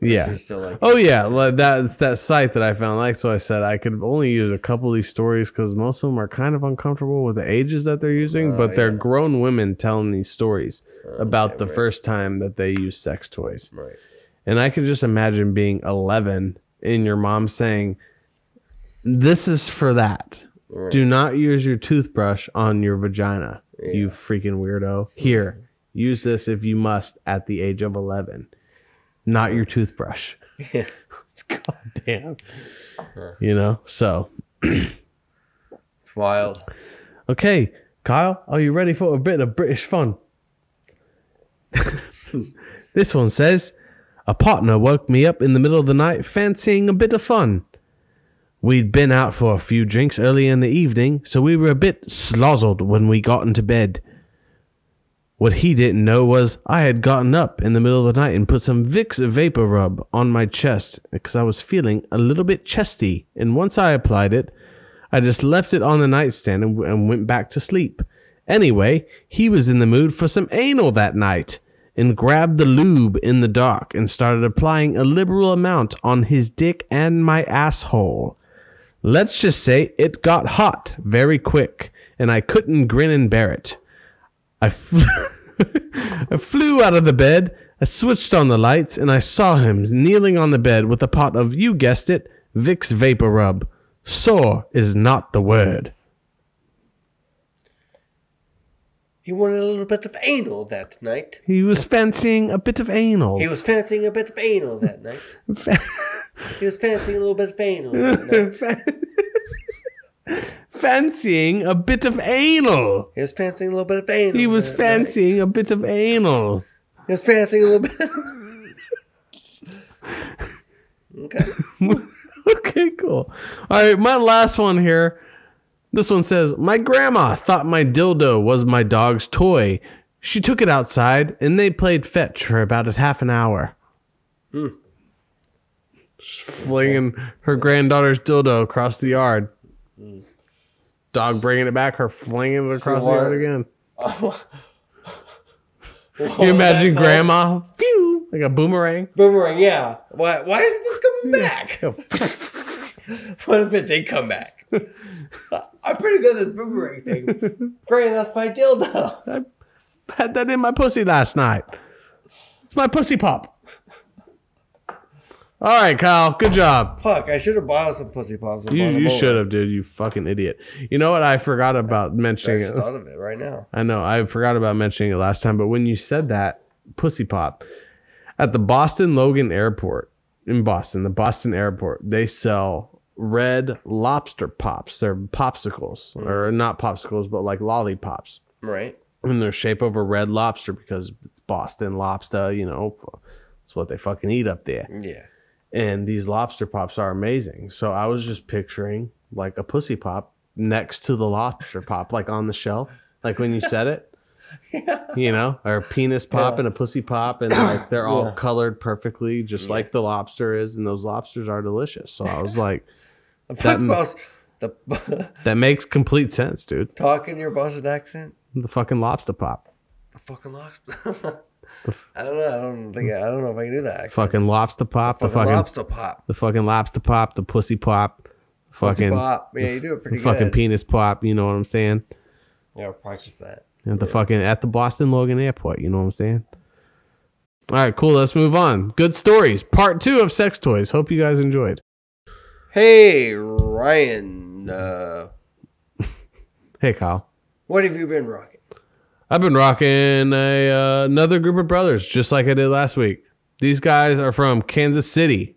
A: Or
B: Yeah.
A: She's still like,
B: Oh yeah, like that's that site that I found. Like so, I said I could only use a couple of these stories because most of them are kind of uncomfortable with the ages that they're using.
A: Oh,
B: but they're
A: yeah.
B: grown women telling these stories
A: Oh,
B: about
A: okay,
B: the
A: right,
B: first time that they use sex toys.
A: Right.
B: And I could just imagine being 11 and your mom saying, This is for that.
A: Right.
B: Do not use your toothbrush on your vagina, you
A: Yeah.
B: freaking weirdo. Here, use this if you must at the age of 11. Not your toothbrush.
A: Yeah.
B: God damn.
A: Huh.
B: You know? So,
A: It's wild.
B: okay, Kyle, are you ready for a bit of British fun? This one says, A partner woke me up in the middle of the night fancying a bit of fun. We'd been out for a few drinks early in the evening, so we were a bit slozzled when we got into bed. What he didn't know was I had gotten up in the middle of the night and put some Vicks vapor rub on my chest because I was feeling a little bit chesty, and once I applied it, I just left it on the nightstand and, and went back to sleep. Anyway, he was in the mood for some anal that night and grabbed the lube in the dark and started applying a liberal amount on his dick and my asshole. Let's just say it got hot very quick and I couldn't grin and bear it. I flew, I flew out of the bed, I switched on the lights, and I saw him kneeling on the bed with a pot of, you guessed it, Vicks Vapor Rub. Sore is not the word.
A: He wanted a little bit of anal that night.
B: He was fancying a bit of anal.
A: He was fancying a bit of anal that night. He was fancying a little bit of anal that night.
B: fancying a bit of anal.
A: He was fancying a little bit of anal.
B: He was
A: that night.
B: fancying a bit of anal.
A: He was fancying a little bit. okay.
B: okay, cool. All right, my last one here. This one says, My grandma thought my dildo was my dog's toy. She took it outside and they played fetch for about a half an hour. Just flinging her granddaughter's dildo across the yard. Dog bringing it back, her flinging it across the yard
A: wanted-
B: again.
A: What
B: Can you
A: was Oh, that
B: imagine
A: called?
B: grandma? Phew! Like a boomerang.
A: Boomerang, yeah. Why, why isn't this coming back? what if it did come back? I- I'm pretty good at this boomerang thing. Great, that's my dildo.
B: I had that in my pussy last night. It's my pussy pop. All right, Kyle. Good job.
A: Fuck, I should have bought some pussy pops. and
B: You
A: brought them
B: you
A: over.
B: should have, dude. You fucking idiot. You know what? I forgot about
A: I
B: mentioning
A: just
B: it.
A: thought of it right now.
B: I know. I forgot about mentioning it last time. But when you said that, pussy pop, at the Boston Logan Airport in Boston, the Boston Airport, they sell red lobster pops. They're popsicles, or not popsicles, but like lollipops
A: Right?
B: in their shape of a red lobster because it's Boston lobster, you know, that's what they fucking eat up there.
A: Yeah.
B: And these lobster pops are amazing. So I was just picturing like a pussy pop next to the lobster pop, like on the shelf, like when you said it, you know, or a penis pop
A: Yeah.
B: and a pussy pop, and like they're all
A: Yeah.
B: colored perfectly, just
A: Yeah.
B: like the lobster is. And those lobsters are delicious. So I was like,
A: The
B: That
A: pussy
B: m-
A: pops, the
B: that makes complete sense, dude.
A: talk in your Boston accent,
B: The fucking lobster pop,
A: the fucking locks. I don't know. I don't think I don't know if I can do that. Accent.
B: fucking lobster pop, the
A: fucking
B: fucking
A: lobster pop.
B: the fucking lobster pop, the pussy pop,
A: Pussy
B: fucking
A: pop. Yeah, you do it
B: the
A: pretty good.
B: fucking penis pop. You know what I'm saying?
A: yeah, I'll practice that.
B: At the fucking at the Boston Logan Airport. You know what I'm saying? All right, cool. Let's move on. Good stories, part two of sex toys. Hope you guys enjoyed.
A: Hey, Ryan. Uh,
B: Hey, Kyle.
A: what have you been rocking?
B: I've been rocking a, uh, another group of brothers, just like I did last week. These guys are from Kansas City.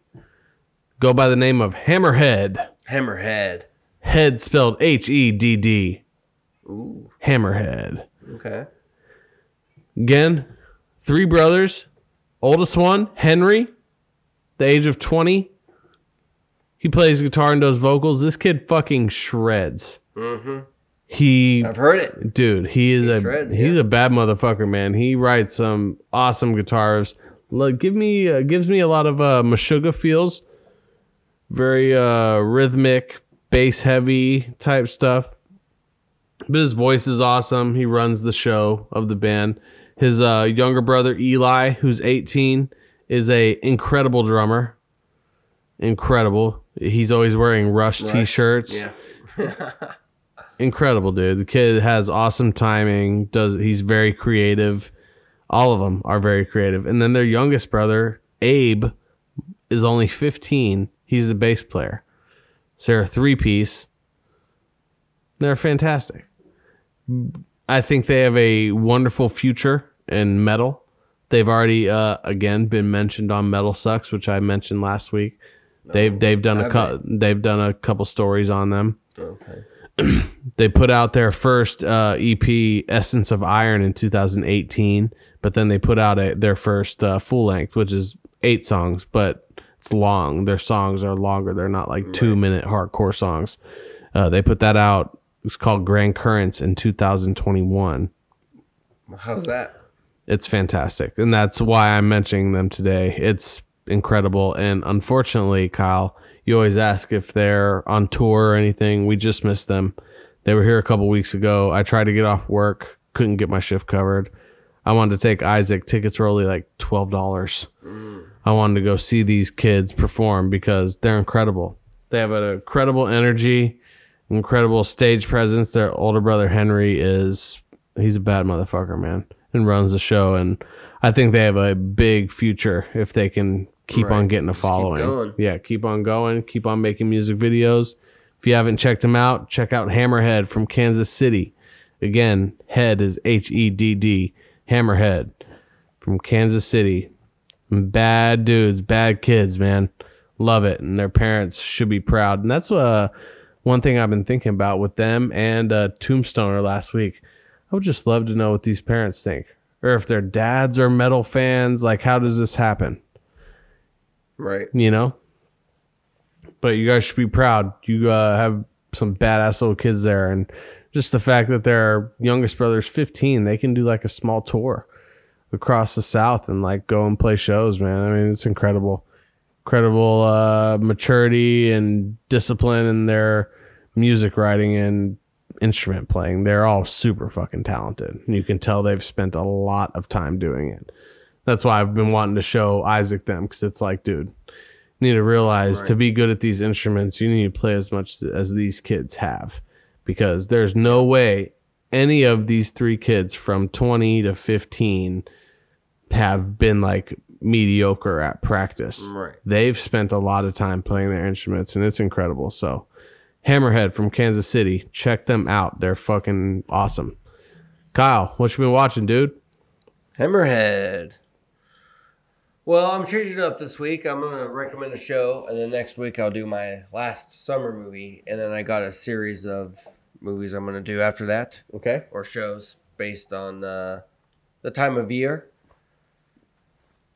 B: Go by the name of Hammerhead.
A: Hammerhead.
B: Head spelled H E D D.
A: Ooh.
B: Hammerhead.
A: Okay.
B: Again, three brothers. Oldest one, Henry, the age of 20. He plays guitar and does vocals. This kid fucking shreds.
A: Mm-hmm.
B: He,
A: I've heard it.
B: dude, he is a
A: shreds,
B: he's
A: yeah.
B: a bad motherfucker, man. He writes some awesome guitars. Look, give me uh, gives me a lot of uh, Meshuggah feels. Very uh, rhythmic, bass heavy type stuff. But his voice is awesome. He runs the show of the band. His uh, younger brother Eli, who's 18, is a incredible drummer. Incredible. He's always wearing Rush, t-shirts.
A: Yeah.
B: Incredible, dude. The kid has awesome timing. Does he's very creative. All of them are very creative. And then their youngest brother, Abe, is only 15. He's the bass player. So they're a three piece. They're fantastic. I think they have a wonderful future in metal. They've already, uh, again, been mentioned on Metal Sucks, which I mentioned last week. They've they've done a cou- they've done a couple stories on them.
A: Okay.
B: They put out their first uh, EP, Essence of Iron, in 2018, but then they put out a, their first uh, full length, which is eight songs, but it's long. Their songs are longer. They're not like two minute hardcore songs. Uh, they put that out. It's called Grand Currents in 2021.
A: How's that?
B: It's fantastic. And that's why I'm mentioning them today. It's incredible. And unfortunately, Kyle, you always ask if they're on tour or anything. We just missed them. They were here a couple weeks ago. I tried to get off work, couldn't get my shift covered. I wanted to take Isaac. Tickets were only like $12. I wanted to go see these kids perform because they're incredible. They have an incredible energy, incredible stage presence. Their older brother Henry is he's a bad motherfucker, man, and runs the show and I think they have a big future if they can keep on
A: Right.
B: getting a
A: keep
B: following.
A: going.
B: Yeah, keep on going, keep on making music videos. If you haven't checked them out, check out Hammerhead from Kansas City. Again, head is H E D D, Hammerhead from Kansas City. Bad dudes, bad kids, man. Love it. And their parents should be proud. And that's uh, one thing I've been thinking about with them and uh, Tombstoner last week. I would just love to know what these parents think. Or if their dads are metal fans, like, how does this happen?
A: Right.
B: you know. But you guys should be proud. You uh, have some badass little kids there, and just the fact that their youngest brother's 15, they can do like a small tour across the South and like go and play shows, man. I mean, it's incredible, incredible uh, maturity and discipline in their music writing and instrument playing. They're all super fucking talented. And you can tell they've spent a lot of time doing it. That's why I've been wanting to show Isaac them because it's like, dude, you need to realize to
A: Right.
B: be good at these instruments, you need to play as much as these kids have because there's no way any of these three kids from 20 to 15 have been like mediocre at practice
A: Right.
B: they've spent a lot of time playing their instruments and it's incredible. So, Hammerhead from Kansas City, check them out. They're fucking awesome. Kyle, what you been watching, dude?
A: Hammerhead. Well, I'm changing it up this week. I'm gonna recommend a show, and then next week I'll do my last summer movie, and then I got a series of movies I'm gonna do after that,
B: Okay.
A: or shows based on uh, the time of year.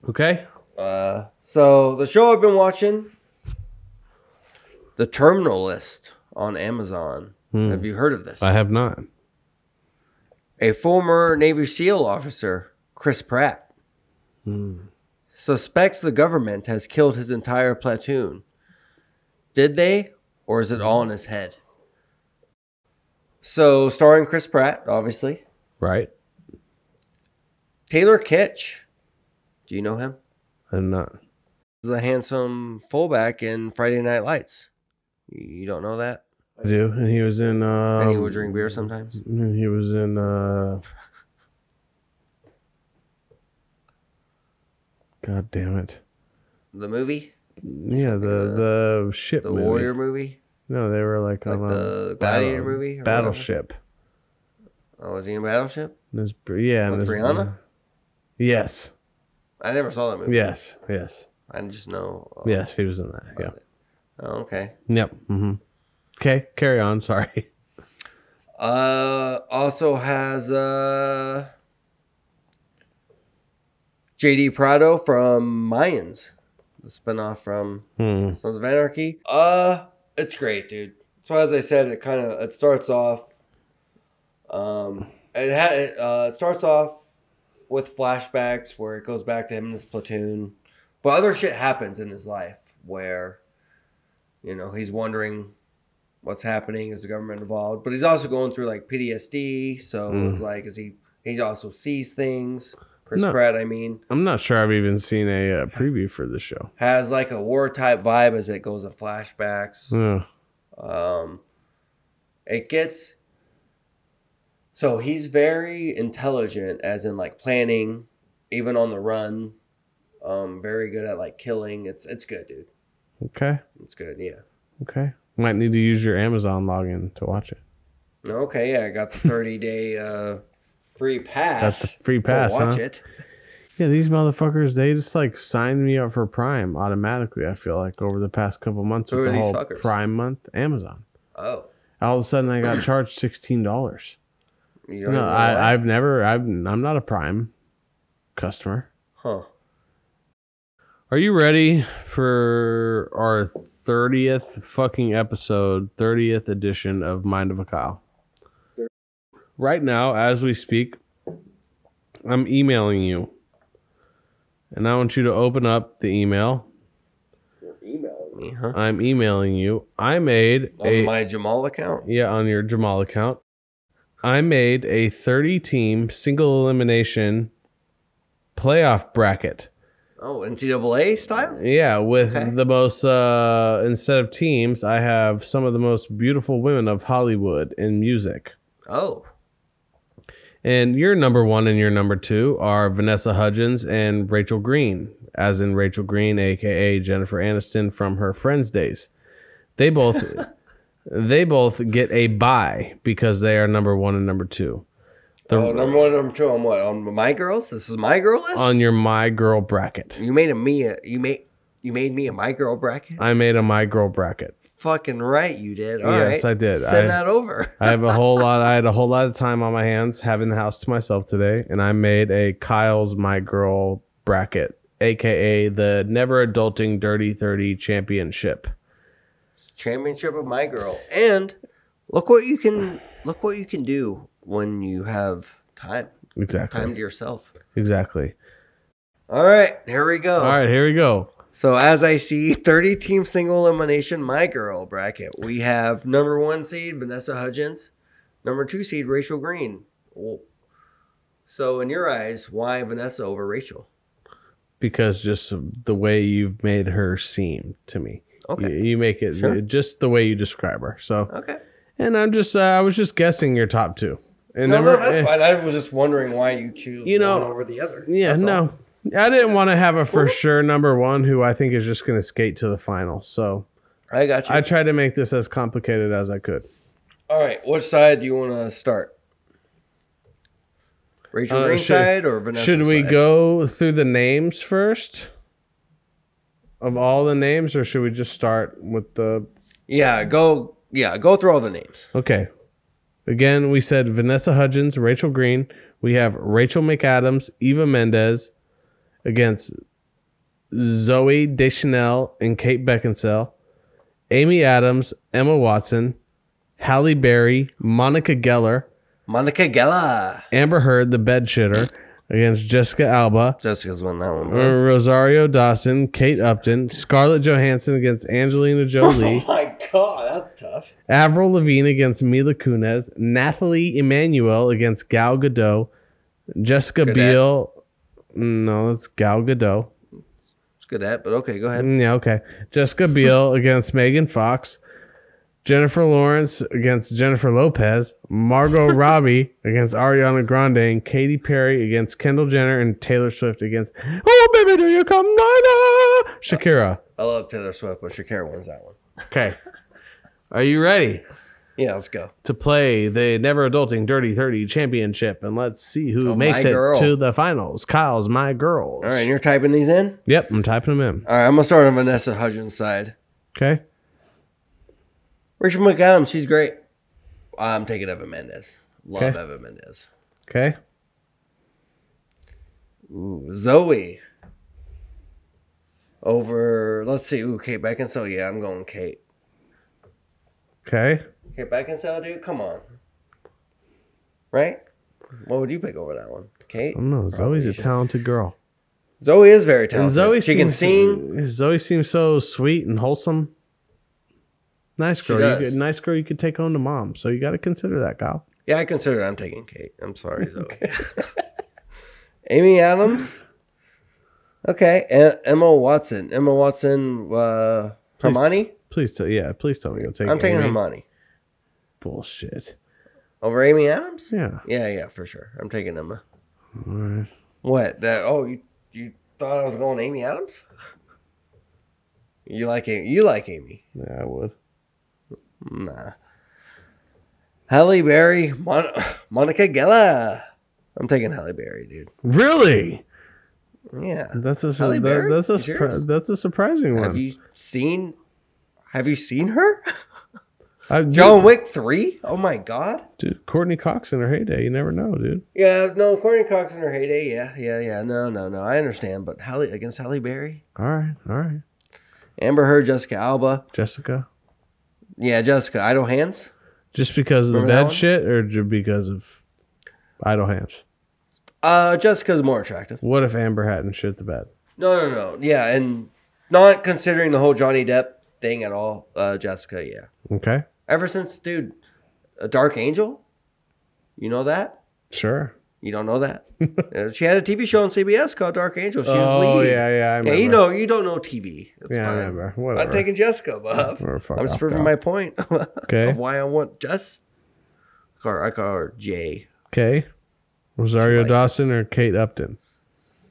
B: Okay.
A: Uh, so the show I've been watching, The Terminal List on Amazon.
B: Hmm.
A: Have you heard of this?
B: I have not.
A: a former Navy SEAL officer, Chris Pratt,
B: Hmm.
A: suspects the government has killed his entire platoon. Did they, or is it all in his head? So, starring Chris Pratt, obviously.
B: Right?
A: Taylor Kitsch. Do you know him?
B: I'm not.
A: He's a handsome fullback in Friday Night Lights. You don't know that?
B: I do. And he was in. Uh,
A: and he will drink beer sometimes.
B: and He was in. Uh, God damn it.
A: The movie?
B: Yeah, the, the ship.
A: The
B: movie.
A: Warrior movie?
B: No, they were like,
A: Like
B: on
A: the
B: a
A: Gladiator
B: battle-
A: movie? or
B: Battleship.
A: whatever? Oh, was he in Battleship?
B: Ms. Br- yeah,
A: With
B: Ms.
A: Rihanna?
B: Br- yes,
A: I never saw that movie.
B: yes, yes,
A: I just know. oh,
B: yes. He was in that. Yeah.
A: oh, okay.
B: Yep. Mm-hmm. Okay. Carry on. Sorry.
A: Uh, also has uh, JD Prado from Mayans, the spinoff from
B: Hmm.
A: Sons of Anarchy. Uh, it's great, dude. So as I said, it kind of it starts off. Um, it had uh, it starts off with flashbacks where it goes back to him and his platoon, but other shit happens in his life where, you know, he's wondering what's happening. Is the government involved? But he's also going through like PTSD. So it's like, is he? He also sees things. Chris
B: No.
A: Pratt, I mean
B: I'm not sure I've even seen a uh, preview for this show.
A: has like a war type vibe as it goes to flashbacks.
B: Oh,
A: Um, it gets so he's very intelligent, as in like planning, even on the run. Um, very good at like killing. It's it's good, dude.
B: okay.
A: It's good. Yeah.
B: Okay. Might need to use your Amazon login to watch it.
A: Okay. Yeah, I got the thirty day uh free pass.
B: That's a free
A: to
B: pass,
A: watch
B: huh?
A: it.
B: Yeah, these motherfuckers, they just like signed me up for Prime automatically. I feel like over the past couple months
A: Who
B: with
A: are
B: the
A: these
B: whole
A: fuckers?
B: Prime month, Amazon.
A: Oh,
B: All of a sudden, I got charged sixteen dollars.
A: you don't even
B: No,
A: know
B: I,
A: why?
B: I've never. I've, I'm not a Prime customer.
A: huh?
B: Are you ready for our thirtieth fucking episode, thirtieth edition of Mind of a Kyle? Right now, as we speak, I'm emailing you, and I want you to open up the email.
A: Me, huh?
B: I'm emailing you. I made
A: On
B: a
A: my Jamal account.
B: Yeah, on your Jamal account. I made a 30 team single elimination playoff bracket.
A: Oh, NCAA style.
B: Yeah, with
A: Okay.
B: the most, uh, instead of teams, I have some of the most beautiful women of Hollywood in music.
A: Oh,
B: And your number one and your number two are Vanessa Hudgens and Rachel Green, as in Rachel Green, aka Jennifer Aniston from her Friends days. They both They both get a buy because they are number one and number two. The-
A: oh, number one, number two. On what? On my girls? This is my girl list.
B: on your My Girl bracket.
A: you made a me. A, you made you made me a my girl bracket.
B: I made a My Girl bracket.
A: Fucking right, you did. All right,
B: Yes, I did.
A: Send
B: I-
A: that over.
B: I have a whole lot. I had a whole lot of time on my hands having the house to myself today, and I made a Kyle's My Girl bracket, aka the Never Adulting Dirty Thirty Championship.
A: Championship of my girl. And look what you can look what you can do when you have time
B: Exactly.
A: time to yourself.
B: Exactly.
A: All right, here we go.
B: All right, here we go.
A: So as I see, 30 team single elimination, my girl bracket. We have number one seed Vanessa Hudgens, number two seed Rachel Green. Well, So in your eyes, why Vanessa over Rachel?
B: Because just the way you've made her seem to me,
A: Okay.
B: you, you make it
A: Sure.
B: just the way you describe her. So,
A: Okay.
B: and I'm just, uh, I was just guessing your top two, and
A: No,
B: then
A: no,
B: we're-
A: that's
B: eh,
A: fine. I was just wondering why you choose
B: You know-
A: one over the other.
B: Yeah,
A: That's all.
B: no. I didn't want to have a for sure number one who I think is just going to skate to the final. So
A: I got you.
B: I tried to make this as complicated as I could.
A: All right, which side do you want to start? Rachel
B: Uh,
A: Green
B: should-
A: side or Vanessa?
B: Should we
A: side?
B: go through the names first of all the names, or should we just start with the.
A: Yeah, go. Yeah, go through all the names.
B: Okay. Again, we said Vanessa Hudgens, Rachel Green. We have Rachel McAdams, Eva Mendez against Zoe Deschanel and Kate Beckinsale, Amy Adams, Emma Watson, Halle Berry, Monica Geller,
A: Monica Geller.
B: Amber Heard, the bed shitter, against Jessica Alba,
A: Jessica's won that one. bro.
B: Uh, Rosario Dawson, Kate Upton, Scarlett Johansson against Angelina Jolie.
A: Oh my god, that's tough.
B: Avril Lavigne against Mila Kunis, Natalie Emanuel against Gal Gadot, Jessica
A: Good at-
B: Biel. No, it's Gal Gadot.
A: It's good at, but okay, go ahead.
B: Mm, Yeah, okay. Jessica Biel against Megan Fox, Jennifer Lawrence against Jennifer Lopez, Margot Robbie against Ariana Grande, and Katy Perry against Kendall Jenner and Taylor Swift against Oh baby, do you come nigh Shakira.
A: I love Taylor Swift, but Shakira wins that one.
B: Okay. Are you ready?
A: Yeah, let's go.
B: to play the Never Adulting Dirty 30 Championship. And let's see who
A: Oh,
B: makes
A: my
B: it
A: girl.
B: to the finals. Kyle's my girls.
A: All right, you're typing these in.
B: Yep, I'm typing them in.
A: All right, I'm gonna start on Vanessa Hudgens' side.
B: Okay.
A: Rachel McAdams, she's great. I'm taking Evan Mendez. Love
B: Okay.
A: Evan Mendez.
B: Okay.
A: Ooh, Zoe. Over, let's see. Ooh, Kate Beckinsale. Yeah, I'm going Kate.
B: Okay.
A: Kate Beckinsale, dude, come on. Right? What would you pick over that one? Kate?
B: I don't know. Zoe's a
A: Probably.
B: talented girl.
A: Zoe is very talented.
B: Um, And Zoe
A: she can sing.
B: seems- Zoe seems so sweet and wholesome. Nice
A: She
B: girl. You
A: does.
B: could, nice girl you could take home to mom. So you got to consider that, Kyle.
A: Yeah, I consider I'm taking Kate. I'm sorry, Zoe. Amy Adams. Okay. E- Emma Watson. Emma Watson, uh,
B: Please-
A: Hermione?
B: Please tell yeah, please tell me you'll take
A: I'm taking
B: Amy.
A: Hermione.
B: Bullshit.
A: Over Amy Adams?
B: Yeah.
A: Yeah, yeah, for sure. I'm taking Emma.
B: All right.
A: What? That? Oh, you you thought I was going Amy Adams? You like Amy? You like Amy?
B: Yeah, I would.
A: Nah. Halle Berry, Mon- Monica Geller. I'm taking Halle Berry, dude.
B: Really?
A: Yeah.
B: That's a
A: Halle
B: that-
A: Berry?
B: that's a
A: Is
B: surpri-
A: yours?
B: that's a surprising one.
A: Have you seen? Have you seen her?
B: I, dude,
A: John Wick three? Oh my god.
B: dude, Courtney Cox in her heyday. You never know, dude.
A: Yeah, no, Courtney Cox in her heyday. Yeah, yeah, yeah. No, no, no. I understand, but Halle against Halle Berry,
B: All right, all right,
A: Amber Heard, Jessica Alba.
B: Jessica.
A: Yeah, Jessica. Idle hands.
B: Just because of the
A: Remember that
B: bad
A: one?
B: shit, or just because of idle hands?
A: Uh, Jessica's more attractive.
B: What if Amber hadn't shit the bed?
A: No, no, no. Yeah, and not considering the whole Johnny Depp thing at all. Uh, Jessica, yeah.
B: Okay,
A: Ever since, dude, a Dark Angel. You know that?
B: sure.
A: You don't know that? Uh, she had a TV show on CBS called Dark Angel. She was
B: oh
A: lead.
B: yeah, yeah. I
A: Yeah,
B: remember.
A: you know, you don't know TV. It's
B: yeah, I
A: fine.
B: remember. Whatever.
A: I'm taking Jessica, Bob.
B: Or fuck
A: I'm just
B: off,
A: proving
B: Kyle.
A: my point
B: Okay.
A: of why I want Jess. I call her, I call her Jay.
B: Okay. Rosario
A: likes it.
B: Dawson or Kate Upton?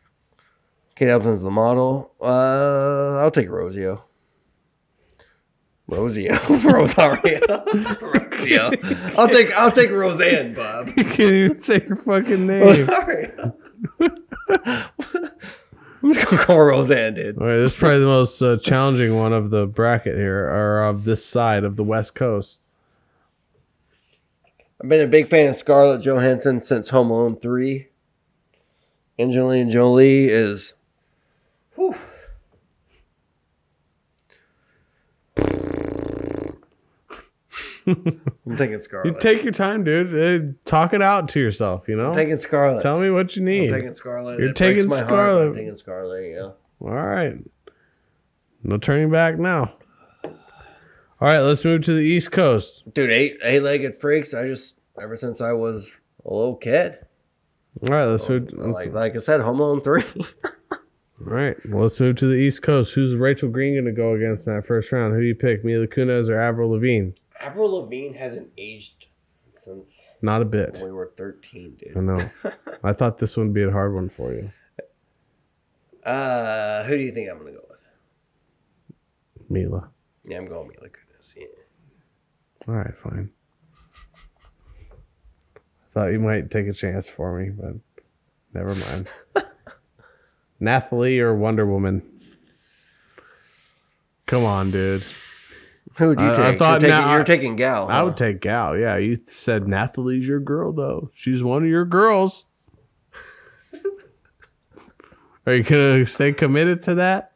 A: Kate Upton's the model. Uh, I'll take Rosio. Rosia. Rosaria. Rosia. I'll take I'll take Roseanne, Bob.
B: You can't even say your fucking name.
A: Rosaria. I'm just gonna call her Roseanne, dude.
B: All right, this is probably the most uh, challenging one of the bracket here, or of this side of the West Coast.
A: I've been a big fan of Scarlett Johansson since Home Alone 3. Angelina Jolie is. Whew. I'm thinking
B: You
A: Scarlett.
B: take your time, dude. Eh, Talk it out to yourself. You know,
A: I'm thinking Scarlett.
B: tell me what you
A: I'm
B: need.
A: taking Scarlet.
B: You're
A: It breaks
B: taking
A: my heart, but I'm
B: Scarlet.
A: taking Scarlet, yeah.
B: All right. No turning back now. All right, let's move to the East Coast.
A: Dude, eight eight legged freaks, I just ever since I was a little kid.
B: All right, let's move. let's-
A: Like like Oh, I said, Home Alone three.
B: all right, well, let's move to the East Coast. Who's Rachel Green going to go against in that first round? Who do you pick, Mila Kunis or Avril Lavigne?
A: Avril Lavigne hasn't aged since
B: Not a bit.
A: we were thirteen, dude.
B: I know. I thought this one would be a hard one for you,
A: Uh, who do you think I'm gonna go with?
B: Mila.
A: Yeah, I'm going Mila Kunis. Yeah.
B: All right, fine. I thought you might take a chance for me, but never mind. Nathalie or Wonder Woman? Come on, dude.
A: Who do you
B: I- I
A: take?
B: thought
A: you're, taking,
B: now-
A: you're taking Gal.
B: I
A: huh?
B: would take Gal. Yeah, you said Nathalie's your girl, though. She's one of your girls. Are you going to stay committed to that?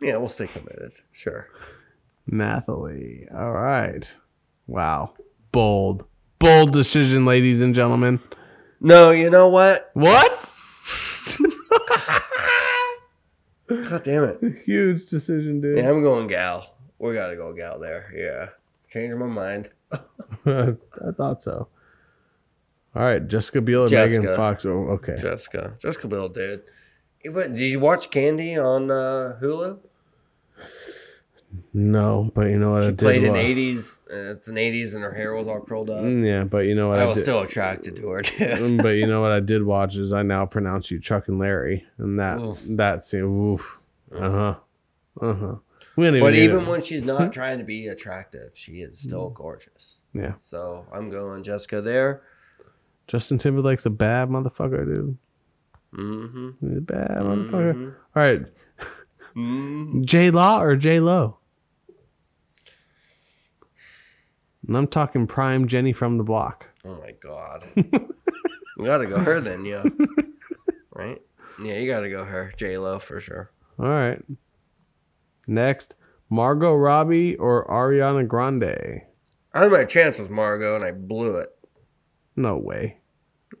A: yeah, we'll stay committed. Sure.
B: Nathalie. All right. Wow. Bold. Bold decision, ladies and gentlemen.
A: No, you know what?
B: What?
A: God damn it.
B: Huge decision, dude.
A: Yeah, I'm going Gal. We gotta go Gal there. Yeah. Changing my mind.
B: I thought so. All right, Jessica Biel and
A: Jessica.
B: Megan Fox. Oh, okay.
A: Jessica. Jessica Biel, dude. You went- Did you watch Candy on uh, Hulu?
B: No, but you know what? I
A: She
B: did
A: played in
B: wa-
A: the 80s. uh, It's an 80s and her hair was all curled up.
B: Mm, Yeah, but you know what?
A: I was
B: did-
A: still attracted to her, dude.
B: Mm, but you know what I did watch is I now pronounce you Chuck and Larry, and that
A: Oof.
B: that scene. Oof. Uh huh. Uh huh. We didn't
A: But
B: need
A: even
B: it.
A: when she's not trying to be attractive, she is still gorgeous.
B: Mm. yeah,
A: So I'm going Jessica there.
B: Justin Timberlake's a bad motherfucker, dude.
A: Mm-hmm.
B: He's a bad motherfucker.
A: mm-hmm.
B: All right, J Law or J Lo. And I'm talking prime Jenny from the block.
A: Oh my god. you gotta go her then, yeah. Right? Yeah, you gotta go her. J Lo for sure.
B: All right. Next, Margot Robbie or Ariana Grande.
A: I had my chance with Margot and I blew it.
B: No way.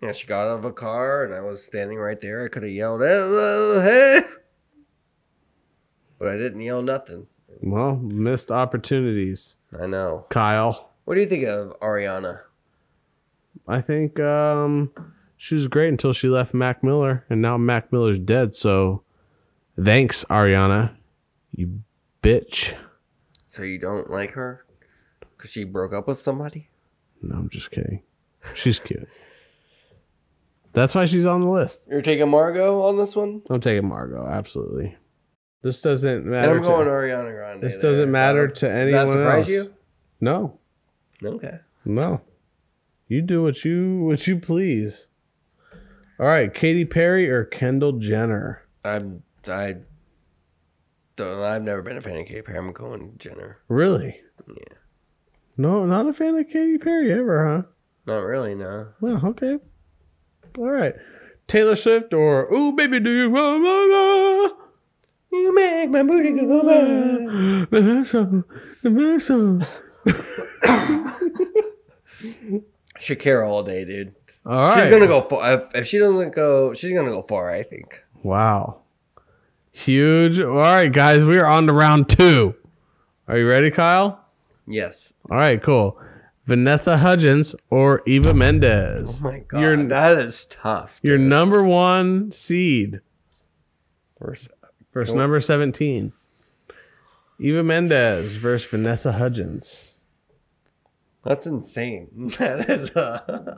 A: Yeah, she got out of a car and I was standing right there. I could have yelled, "Hello, hey! But I didn't yell nothing.
B: Well, missed opportunities.
A: I know.
B: Kyle.
A: What do you think of Ariana?
B: I think um, she was great until she left Mac Miller, and now Mac Miller's dead. So, thanks, Ariana, you bitch.
A: So you don't like her? Because she broke up with somebody?
B: No, I'm just kidding. She's cute. That's why she's on the list.
A: You're taking Margot on this one?
B: I'm taking Margot. Absolutely. This doesn't
A: And
B: matter.
A: I'm going
B: to,
A: Ariana Grande.
B: this
A: there.
B: doesn't matter
A: Bob.
B: to
A: Does
B: anyone
A: that surprise
B: else.
A: you?
B: No,
A: Okay.
B: no. You do what you what you please. All right, Katy Perry or Kendall Jenner.
A: I'm I don't, I've never been a fan of Katy Perry. I'm going Jenner.
B: Really?
A: Yeah.
B: No, not a fan of Katy Perry ever, huh?
A: Not really, no.
B: Well, okay. All right. Taylor Swift or Ooh Baby Do You Wanna Know?"
A: You make my booty go bad.
B: The next song, the next song.
A: Shakira all day, dude.
B: All
A: she's
B: right.
A: gonna go far. If, if she doesn't go, she's gonna go far. I think.
B: Wow. Huge. All right, guys, we are on to round two. Are you ready, Kyle?
A: Yes.
B: All right, cool. Vanessa Hudgens or Eva Mendes.
A: Oh my god,
B: You're-
A: that is tough.
B: Your number one seed.
A: First,
B: Verse
A: Cool.
B: number 17. Eva Mendez versus Vanessa Hudgens.
A: that's insane. That is. Uh...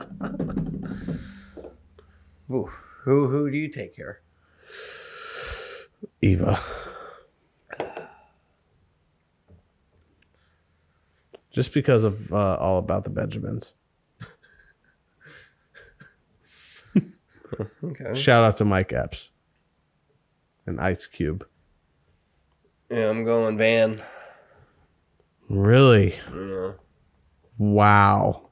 A: Ooh, who who do you take here?
B: Eva. just because of uh, all about the Benjamins.
A: Okay.
B: Shout out to Mike Epps and Ice Cube.
A: Yeah, I'm going Van.
B: Really?
A: Yeah.
B: Wow.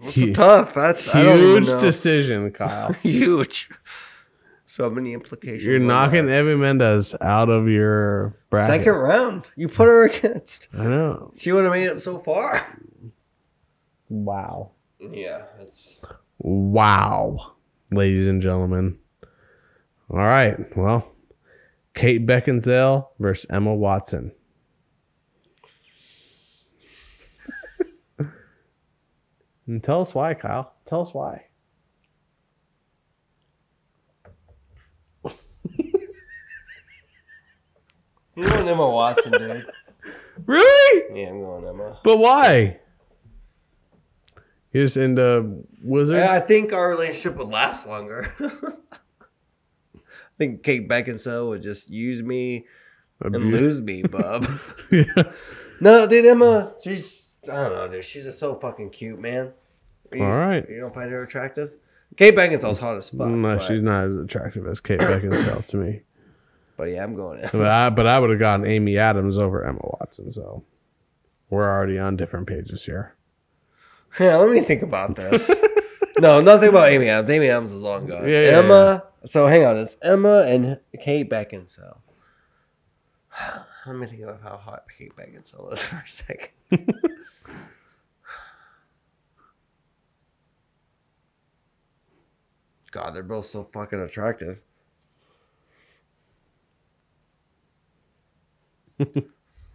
B: Hu-
A: Tough. That's I don't even
B: huge
A: know.
B: decision, Kyle.
A: huge. So many implications.
B: You're
A: on
B: knocking
A: that.
B: Emmy Mendez out of your bracket.
A: second round. You put her against.
B: I know.
A: She would have made it so far.
B: Wow.
A: Yeah, it's
B: Wow. Ladies and gentlemen. All right. Well, Kate Beckinsale versus Emma Watson. and tell us why, Kyle. Tell us why.
A: I'm going Emma Watson, dude.
B: Really?
A: Yeah, I'm going Emma.
B: But why? He's into wizards.
A: I, I think our relationship would last longer. I think Kate Beckinsale would just use me and lose me, bub. no, dude, Emma, she's I don't know, dude. She's just so fucking cute, man. You,
B: All right.
A: You don't find her attractive? Kate Beckinsale's hot as fuck.
B: no,
A: but,
B: she's not as attractive as Kate Beckinsale to me.
A: but yeah, I'm going Emma.
B: But I, but I would have gotten Amy Adams over Emma Watson. So we're already on different pages here.
A: Yeah, let me think about this. no, nothing about Amy Adams. Amy Adams is long gone.
B: Yeah, yeah,
A: Emma. So hang on, it's Emma and Kate Beckinsale. Let me think about how hot Kate Beckinsale is for a second. God, they're both so fucking attractive.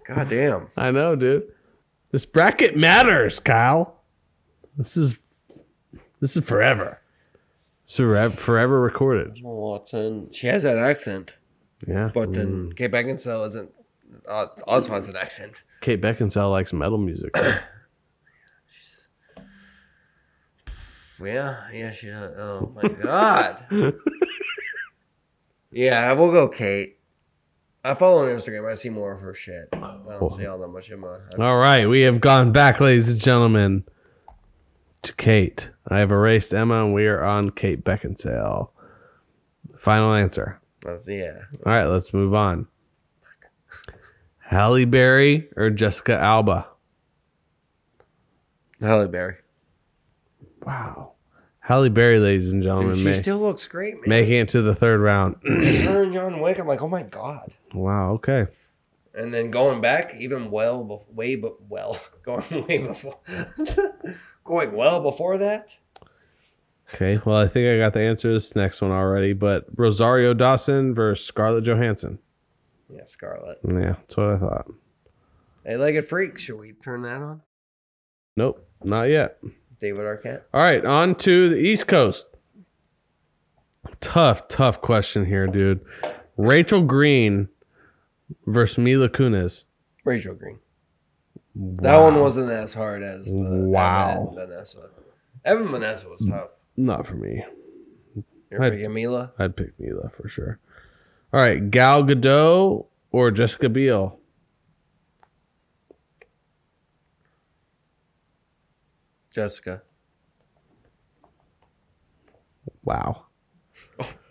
A: God damn.
B: I know, dude. This bracket matters, Kyle. This is this is forever. Forever, forever recorded.
A: Emma Watson. She has that accent.
B: Yeah.
A: But then
B: Mm.
A: Kate Beckinsale isn't. Uh, also has an accent.
B: Kate Beckinsale likes metal music.
A: Yeah, yeah, she does. Oh my god. yeah, we'll go Kate. I follow her on Instagram. I see more of her shit. I don't see all that much uh, Emma. I-
B: All right, we have gone back, ladies and gentlemen, to Kate. I have erased Emma, and we are on Kate Beckinsale. Final answer.
A: that's- uh, Yeah,
B: All right, let's move on. Halle Berry or Jessica Alba?
A: Halle Berry.
B: Wow. Halle Berry, ladies and
A: Dude,
B: gentlemen,
A: she
B: ma-
A: still looks great, man.
B: making it to the third round.
A: Her and John Wick. I'm like, oh my god.
B: wow, okay.
A: And then going back, even well, bef- way, but well, going way before, going well before that.
B: Okay, well, I think I got the answer to this next one already, but Rosario Dawson versus Scarlett Johansson.
A: Yeah, Scarlett.
B: Yeah, that's what I thought.
A: Hey, legged freak. Should we turn that on?
B: Nope, not yet.
A: David Arquette.
B: All right, on to the East Coast. Tough, tough question here, dude. Rachel Green versus Mila Kunis.
A: Rachel Green. That one wasn't as hard as the
B: Wow.
A: Evan Vanessa. Evan Vanessa was tough.
B: not for me.
A: You're
B: I-
A: picking Mila.
B: I'd pick Mila for sure. All right, Gal Gadot or Jessica Biel.
A: Jessica.
B: Wow,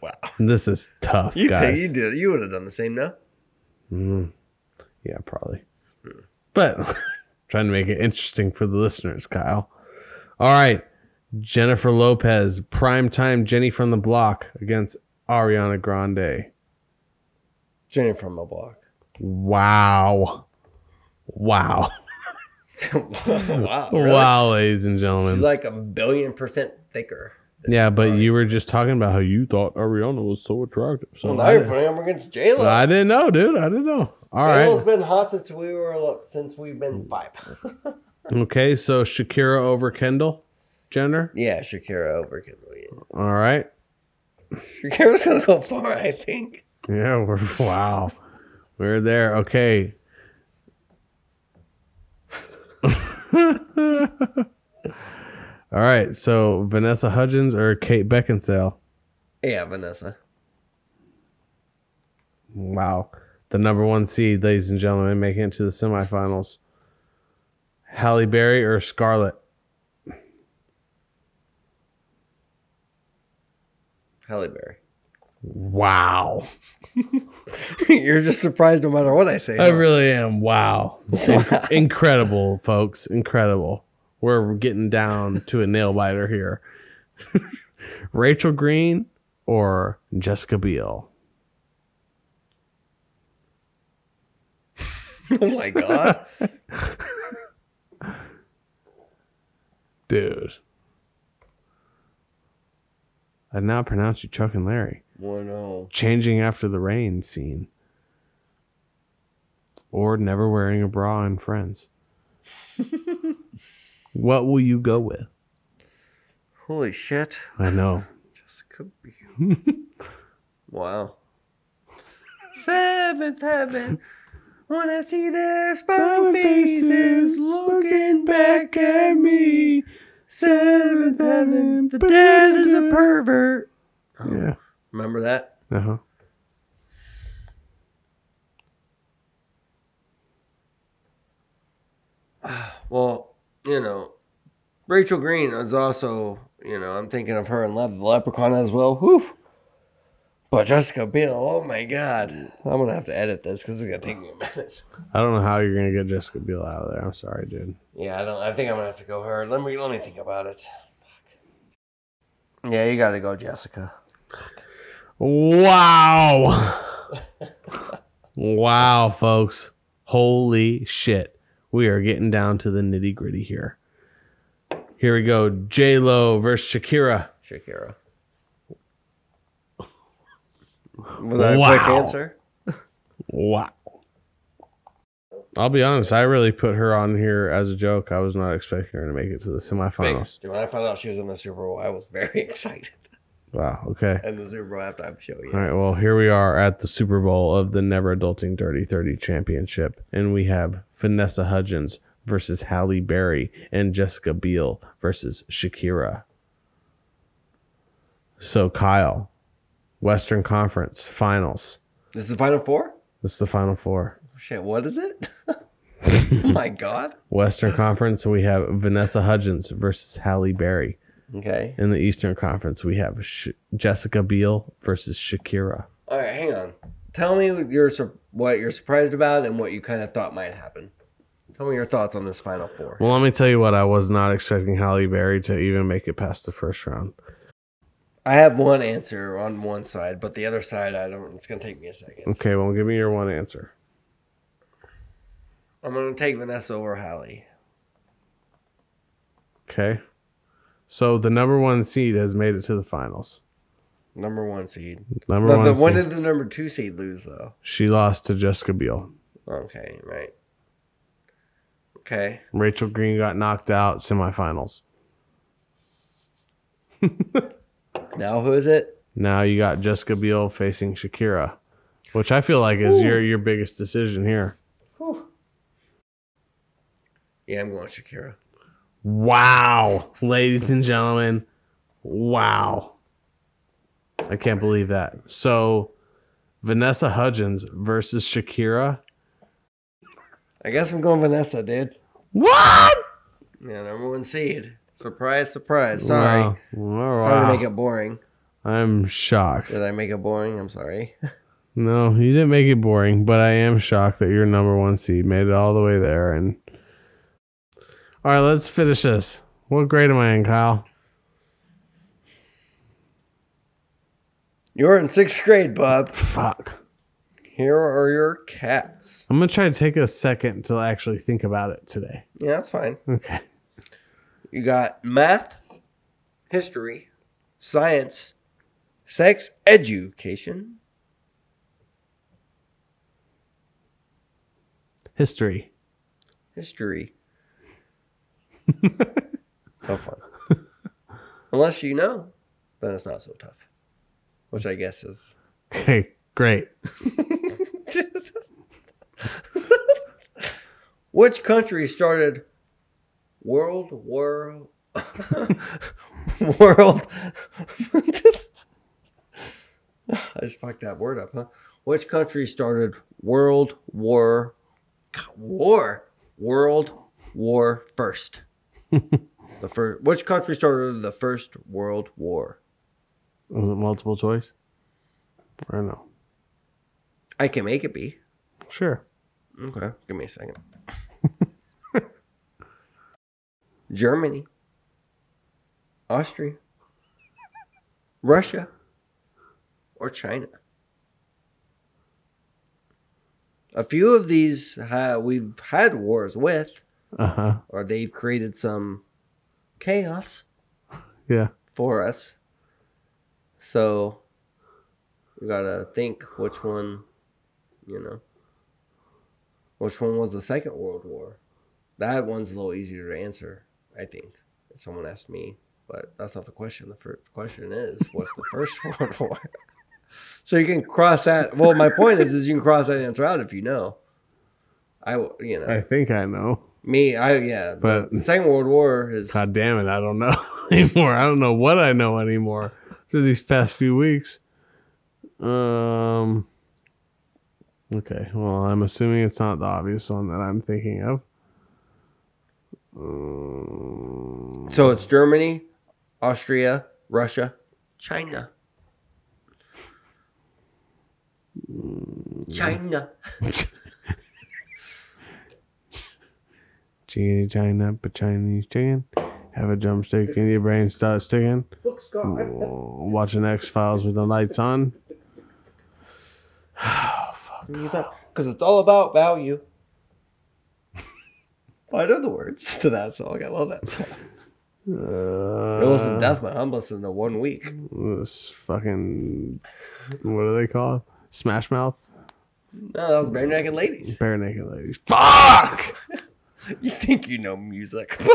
A: Wow.
B: this is tough,
A: You
B: guys.
A: pick, you did you would have done the same now.
B: Mm. Yeah, probably. But trying to make it interesting for the listeners, Kyle. All right. Jennifer Lopez, primetime Jenny from the block against Ariana Grande.
A: Jenny from the block.
B: Wow. Wow.
A: wow. really?
B: Wow, ladies and
A: She's
B: gentlemen.
A: like a billion percent thicker.
B: yeah, but you were just talking about how you thought Ariana was so attractive. So
A: Well, now
B: I,
A: you're
B: didn't,
A: putting him against Jayla.
B: well, I didn't know, dude. I didn't know. All right.
A: Jayla's been hot since we were since we've been five.
B: Okay, so Shakira over Kendall Jenner.
A: yeah, Shakira over Kimberly.
B: All right.
A: Shakira's gonna go far, I think.
B: Yeah, we're wow. We're there. Okay. All right, so Vanessa Hudgens or Kate Beckinsale?
A: Yeah, Vanessa.
B: Wow. The number one seed, ladies and gentlemen, making it to the semifinals. Halle Berry or Scarlett?
A: Halle Berry.
B: Wow.
A: You're just surprised no matter what I say.
B: I
A: huh?
B: really am. Wow. In- Incredible, folks. Incredible. We're getting down to a nail biter here. Rachel Green or Jessica Biel?
A: oh my god.
B: Dude. I now pronounce you Chuck and Larry.
A: One oh.
B: Changing after the rain scene. Or never wearing a bra in Friends. what will you go with?
A: Holy shit.
B: I know.
A: Just could be. wow. Seventh heaven. When I see their smiling faces looking back at me. Seventh heaven. The dead is a pervert. Oh,
B: Yeah.
A: Remember that?
B: Uh huh.
A: Well, you know, Rachel Green is also, you know, I'm thinking of her in Love the Leprechaun as well. Whew. But Jessica Biel, oh my God. I'm going to have to edit this because it's going to take me a minute.
B: I don't know how you're gonna get Jessica Biel out of there. I'm sorry, dude.
A: Yeah, I don't. I think I'm gonna have to go her. Let me let me think about it. Fuck. Yeah, you gotta go, Jessica.
B: Wow. wow, folks. Holy shit. We are getting down to the nitty gritty here. Here we go. J Lo versus Shakira.
A: Shakira. Was that a quick
B: Wow.
A: answer?
B: Wow. I'll be honest, I really put her on here as a joke. I was not expecting her to make it to the
A: Big.
B: semifinals.
A: Dude, when I found out she was in the Super Bowl, I was very excited.
B: Wow. Okay.
A: And the Super Bowl halftime show, yeah.
B: All right, well, here we are at the Super Bowl of the Never Adulting Dirty 30 Championship, and we have Vanessa Hudgens versus Halle Berry and Jessica Biel versus Shakira. So, Kyle, Western Conference Finals.
A: This is the final four.
B: This is the final four.
A: Shit, what is it? oh my God.
B: Western Conference, we have Vanessa Hudgens versus Halle Berry.
A: Okay.
B: In the Eastern Conference, we have Sh- Jessica Biel versus Shakira.
A: All right, hang on. Tell me what you're sur- what you're surprised about and what you kind of thought might happen. Tell me your thoughts on this final four.
B: Well, let me tell you what, I was not expecting Halle Berry to even make it past the first round.
A: I have one answer on one side, but the other side, I don't. It's gonna take me a second.
B: Okay, well, give me your one answer.
A: I'm gonna take Vanessa over Hallie.
B: Okay. So the number one seed has made it to the finals.
A: Number one seed.
B: Number
A: But
B: one
A: the,
B: seed.
A: when did the number two seed lose though?
B: she lost to Jessica Biel.
A: Okay, right. Okay.
B: Rachel Green got knocked out semifinals.
A: Now who is it?
B: Now you got Jessica Biel facing Shakira, which I feel like is your your biggest decision here.
A: Yeah, I'm going Shakira.
B: Wow, ladies and gentlemen. Wow. I can't believe that. So Vanessa Hudgens versus Shakira.
A: I guess I'm going Vanessa, dude.
B: What?
A: Yeah, number one seed. Surprise, surprise. Sorry.
B: Wow.
A: Sorry to make it boring.
B: I'm shocked.
A: Did I make it boring? I'm sorry.
B: No, you didn't make it boring, but I am shocked that your number one seed made it all the way there. And all right, let's finish this. What grade am I in, Kyle?
A: You were in sixth grade, bub.
B: Fuck.
A: Here are your cats.
B: I'm gonna try to take a second to actually think about it today.
A: Yeah, that's fine.
B: Okay.
A: You got math, history, science, sex education.
B: History.
A: History. tough fun. Unless you know, then it's not so tough. Which I guess is.
B: Okay, great.
A: Which country started World War World I just fucked that word up, huh? Which country started World War God, War World War first? the first, which country started the First World War?
B: Was it multiple choice? Or no?
A: I can make it be.
B: Sure.
A: Okay, give me a second. Germany, Austria, Russia, or China. A few of these uh, we've had wars with,
B: Uh huh.
A: or they've created some chaos
B: Yeah.
A: for us. So we gotta think which one, you know, which one was the Second World War. That one's a little easier to answer, I think, if someone asked me. But that's not the question. The first question is, what's the First World War? so you can cross that. Well, my point is, is you can cross that answer out if you know. I, w- you know,
B: I think I know.
A: me, I yeah. But
B: But-
A: the Second World War is
B: God damn it, I don't know anymore. I don't know what I know anymore for these past few weeks. Um Okay, well, I'm assuming it's not the obvious one that I'm thinking of. Um,
A: So it's Germany, Austria, Russia, China.
B: Mm.
A: China.
B: China, China, but Chinese chicken. Have a drumstick and your brain starts ticking.
A: Look, Scott, I-
B: Watching X Files with the lights on. Oh, fuck.
A: because it's all about value. I know the words to that song. I love that song.
B: Uh,
A: I listened to Death Metal. I'm listening to one week.
B: this fucking what do they call it? Smash Mouth,
A: No, that was Bare Naked Ladies.
B: bare naked ladies. Fuck!
A: You think you know music.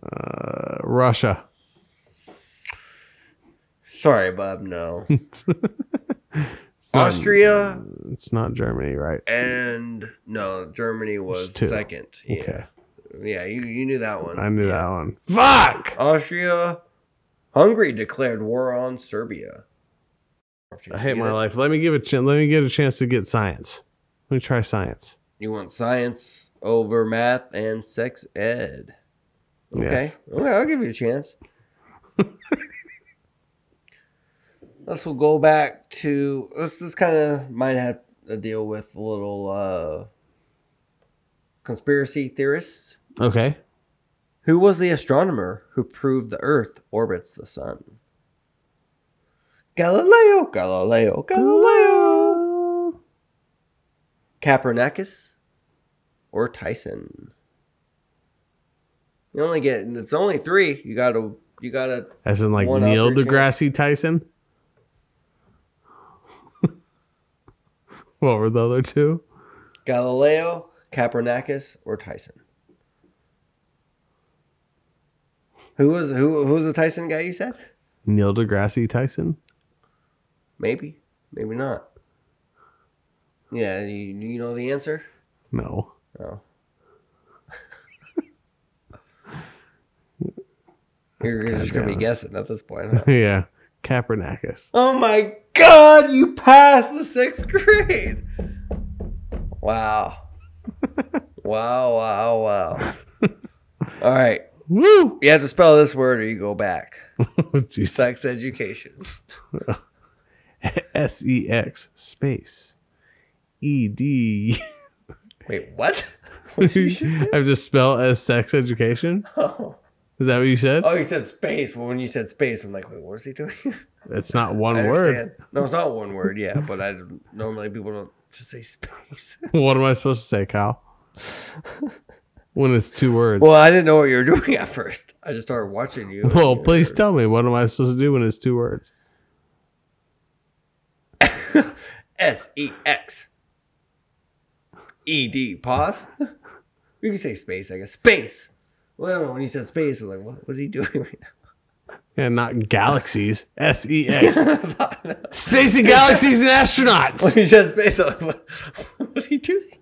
B: Uh, Russia.
A: Sorry, Bob. No.
B: It's not-
A: Austria
B: It's not Germany, right?
A: and no, Germany was
B: two.
A: second. Yeah.
B: Okay,
A: Yeah, you, you knew that one.
B: I knew that one. Fuck!
A: Austria, Hungary declared war on Serbia.
B: I hate my life. Let me give a ch- let me get a chance to get science. Let me try science.
A: You want science over math and sex ed. Okay.
B: Yes.
A: Okay, I'll give you a chance. This will go back to this is kind of might have to deal with a little uh, conspiracy theorists.
B: Okay.
A: Who was the astronomer who proved the Earth orbits the Sun? Galileo, Galileo, Galileo.
B: Galileo.
A: Copernicus or Tyson? You only get it's only three. You gotta you gotta
B: As in like
A: One
B: Neil
A: other chance.
B: deGrasse Tyson. what were the other two?
A: Galileo, Copernicus, or Tyson. Who was who who was the Tyson guy you said?
B: Neil deGrasse Tyson.
A: Maybe. Maybe not. Yeah, you, you know the answer?
B: No.
A: Oh. You're just gonna be
B: Goddamn.
A: guessing at this point. huh?
B: yeah. Kaepernickus.
A: oh my god, you passed the sixth grade! Wow. wow, wow, wow. All right.
B: Woo!
A: You have to spell this word or you go back.
B: Jesus.
A: Sex education.
B: S E X space E D.
A: Wait, what? What did you just do?
B: I've just spelled as sex education.
A: Oh.
B: Is that what you said?
A: oh, you said space. Well, when you said space, I'm like, wait, what is he doing?
B: It's not one
A: I
B: word.
A: understand. No, it's not one word. Yeah, but I don't- normally people don't just say space.
B: What am I supposed to say, Kyle? when it's two words.
A: well, I didn't know what you were doing at first. I just started watching you.
B: well, please tell me what am I supposed to do when it's two words?
A: S E X E D. Pause. You can say space. I guess space. Well, when you said space, I was like, what was he doing right
B: And not galaxies. S E X.
A: now?
B: Space and galaxies and
A: when
B: astronauts.
A: you said space, I was like, what, what was he doing?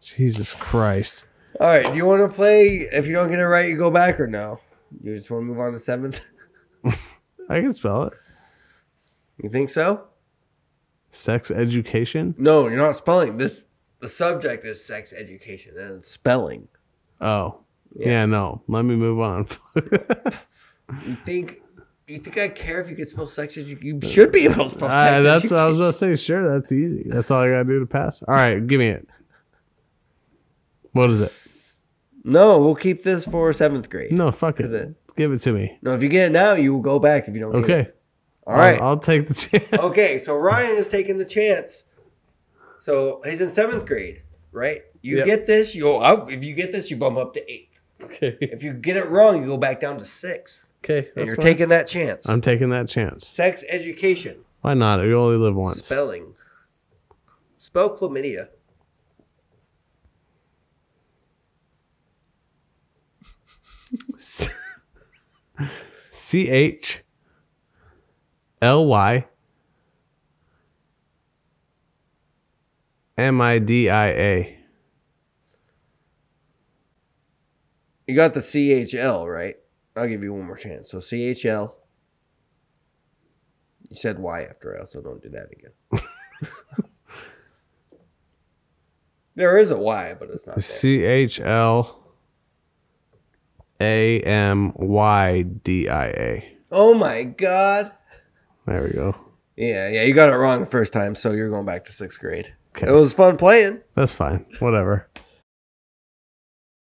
B: Jesus Christ.
A: All right. Do you want to play? If you don't get it right, you go back or no? You just want to move on to seventh?
B: I can spell it.
A: You think so?
B: Sex education.
A: No, you're not spelling this. The subject is sex education and it's spelling.
B: Oh.
A: Yeah.
B: Yeah. no. Let me move on.
A: You think you think I care if you can spell sex? You, you should be able to spell sex.
B: Uh, that's what I was about to say. Sure, that's easy. That's all I gotta do to pass. All right, give me it. What is it?
A: No, we'll keep this for seventh grade. No.
B: No, fuck
A: Is
B: it.
A: it?
B: Give it to me.
A: if you get it now, you will go back if you don't. get it.
B: Okay.
A: All right.
B: I'll, I'll take the chance.
A: okay, so Ryan is taking the chance. So he's in seventh grade, right? You
B: Yep.
A: get this, you'll out. If you get this, you bump up to eighth.
B: Okay.
A: If you get it wrong, you go back down to sixth,
B: Okay.
A: and
B: that's
A: you're
B: fine.
A: taking that chance.
B: I'm taking that chance.
A: Sex education,
B: Why not? We only live once.
A: spelling, spell chlamydia.
B: C H L Y M I D I A.
A: You got the CHL, right? I'll give you one more chance. So CHL. You said Y after I also don't do that again. there is a Y, but it's not there.
B: C H L A M Y D I A.
A: Oh my god.
B: There we go.
A: Yeah, yeah, you got it wrong the first time, so you're going back to sixth grade.
B: Okay.
A: It was fun playing.
B: That's fine. Whatever.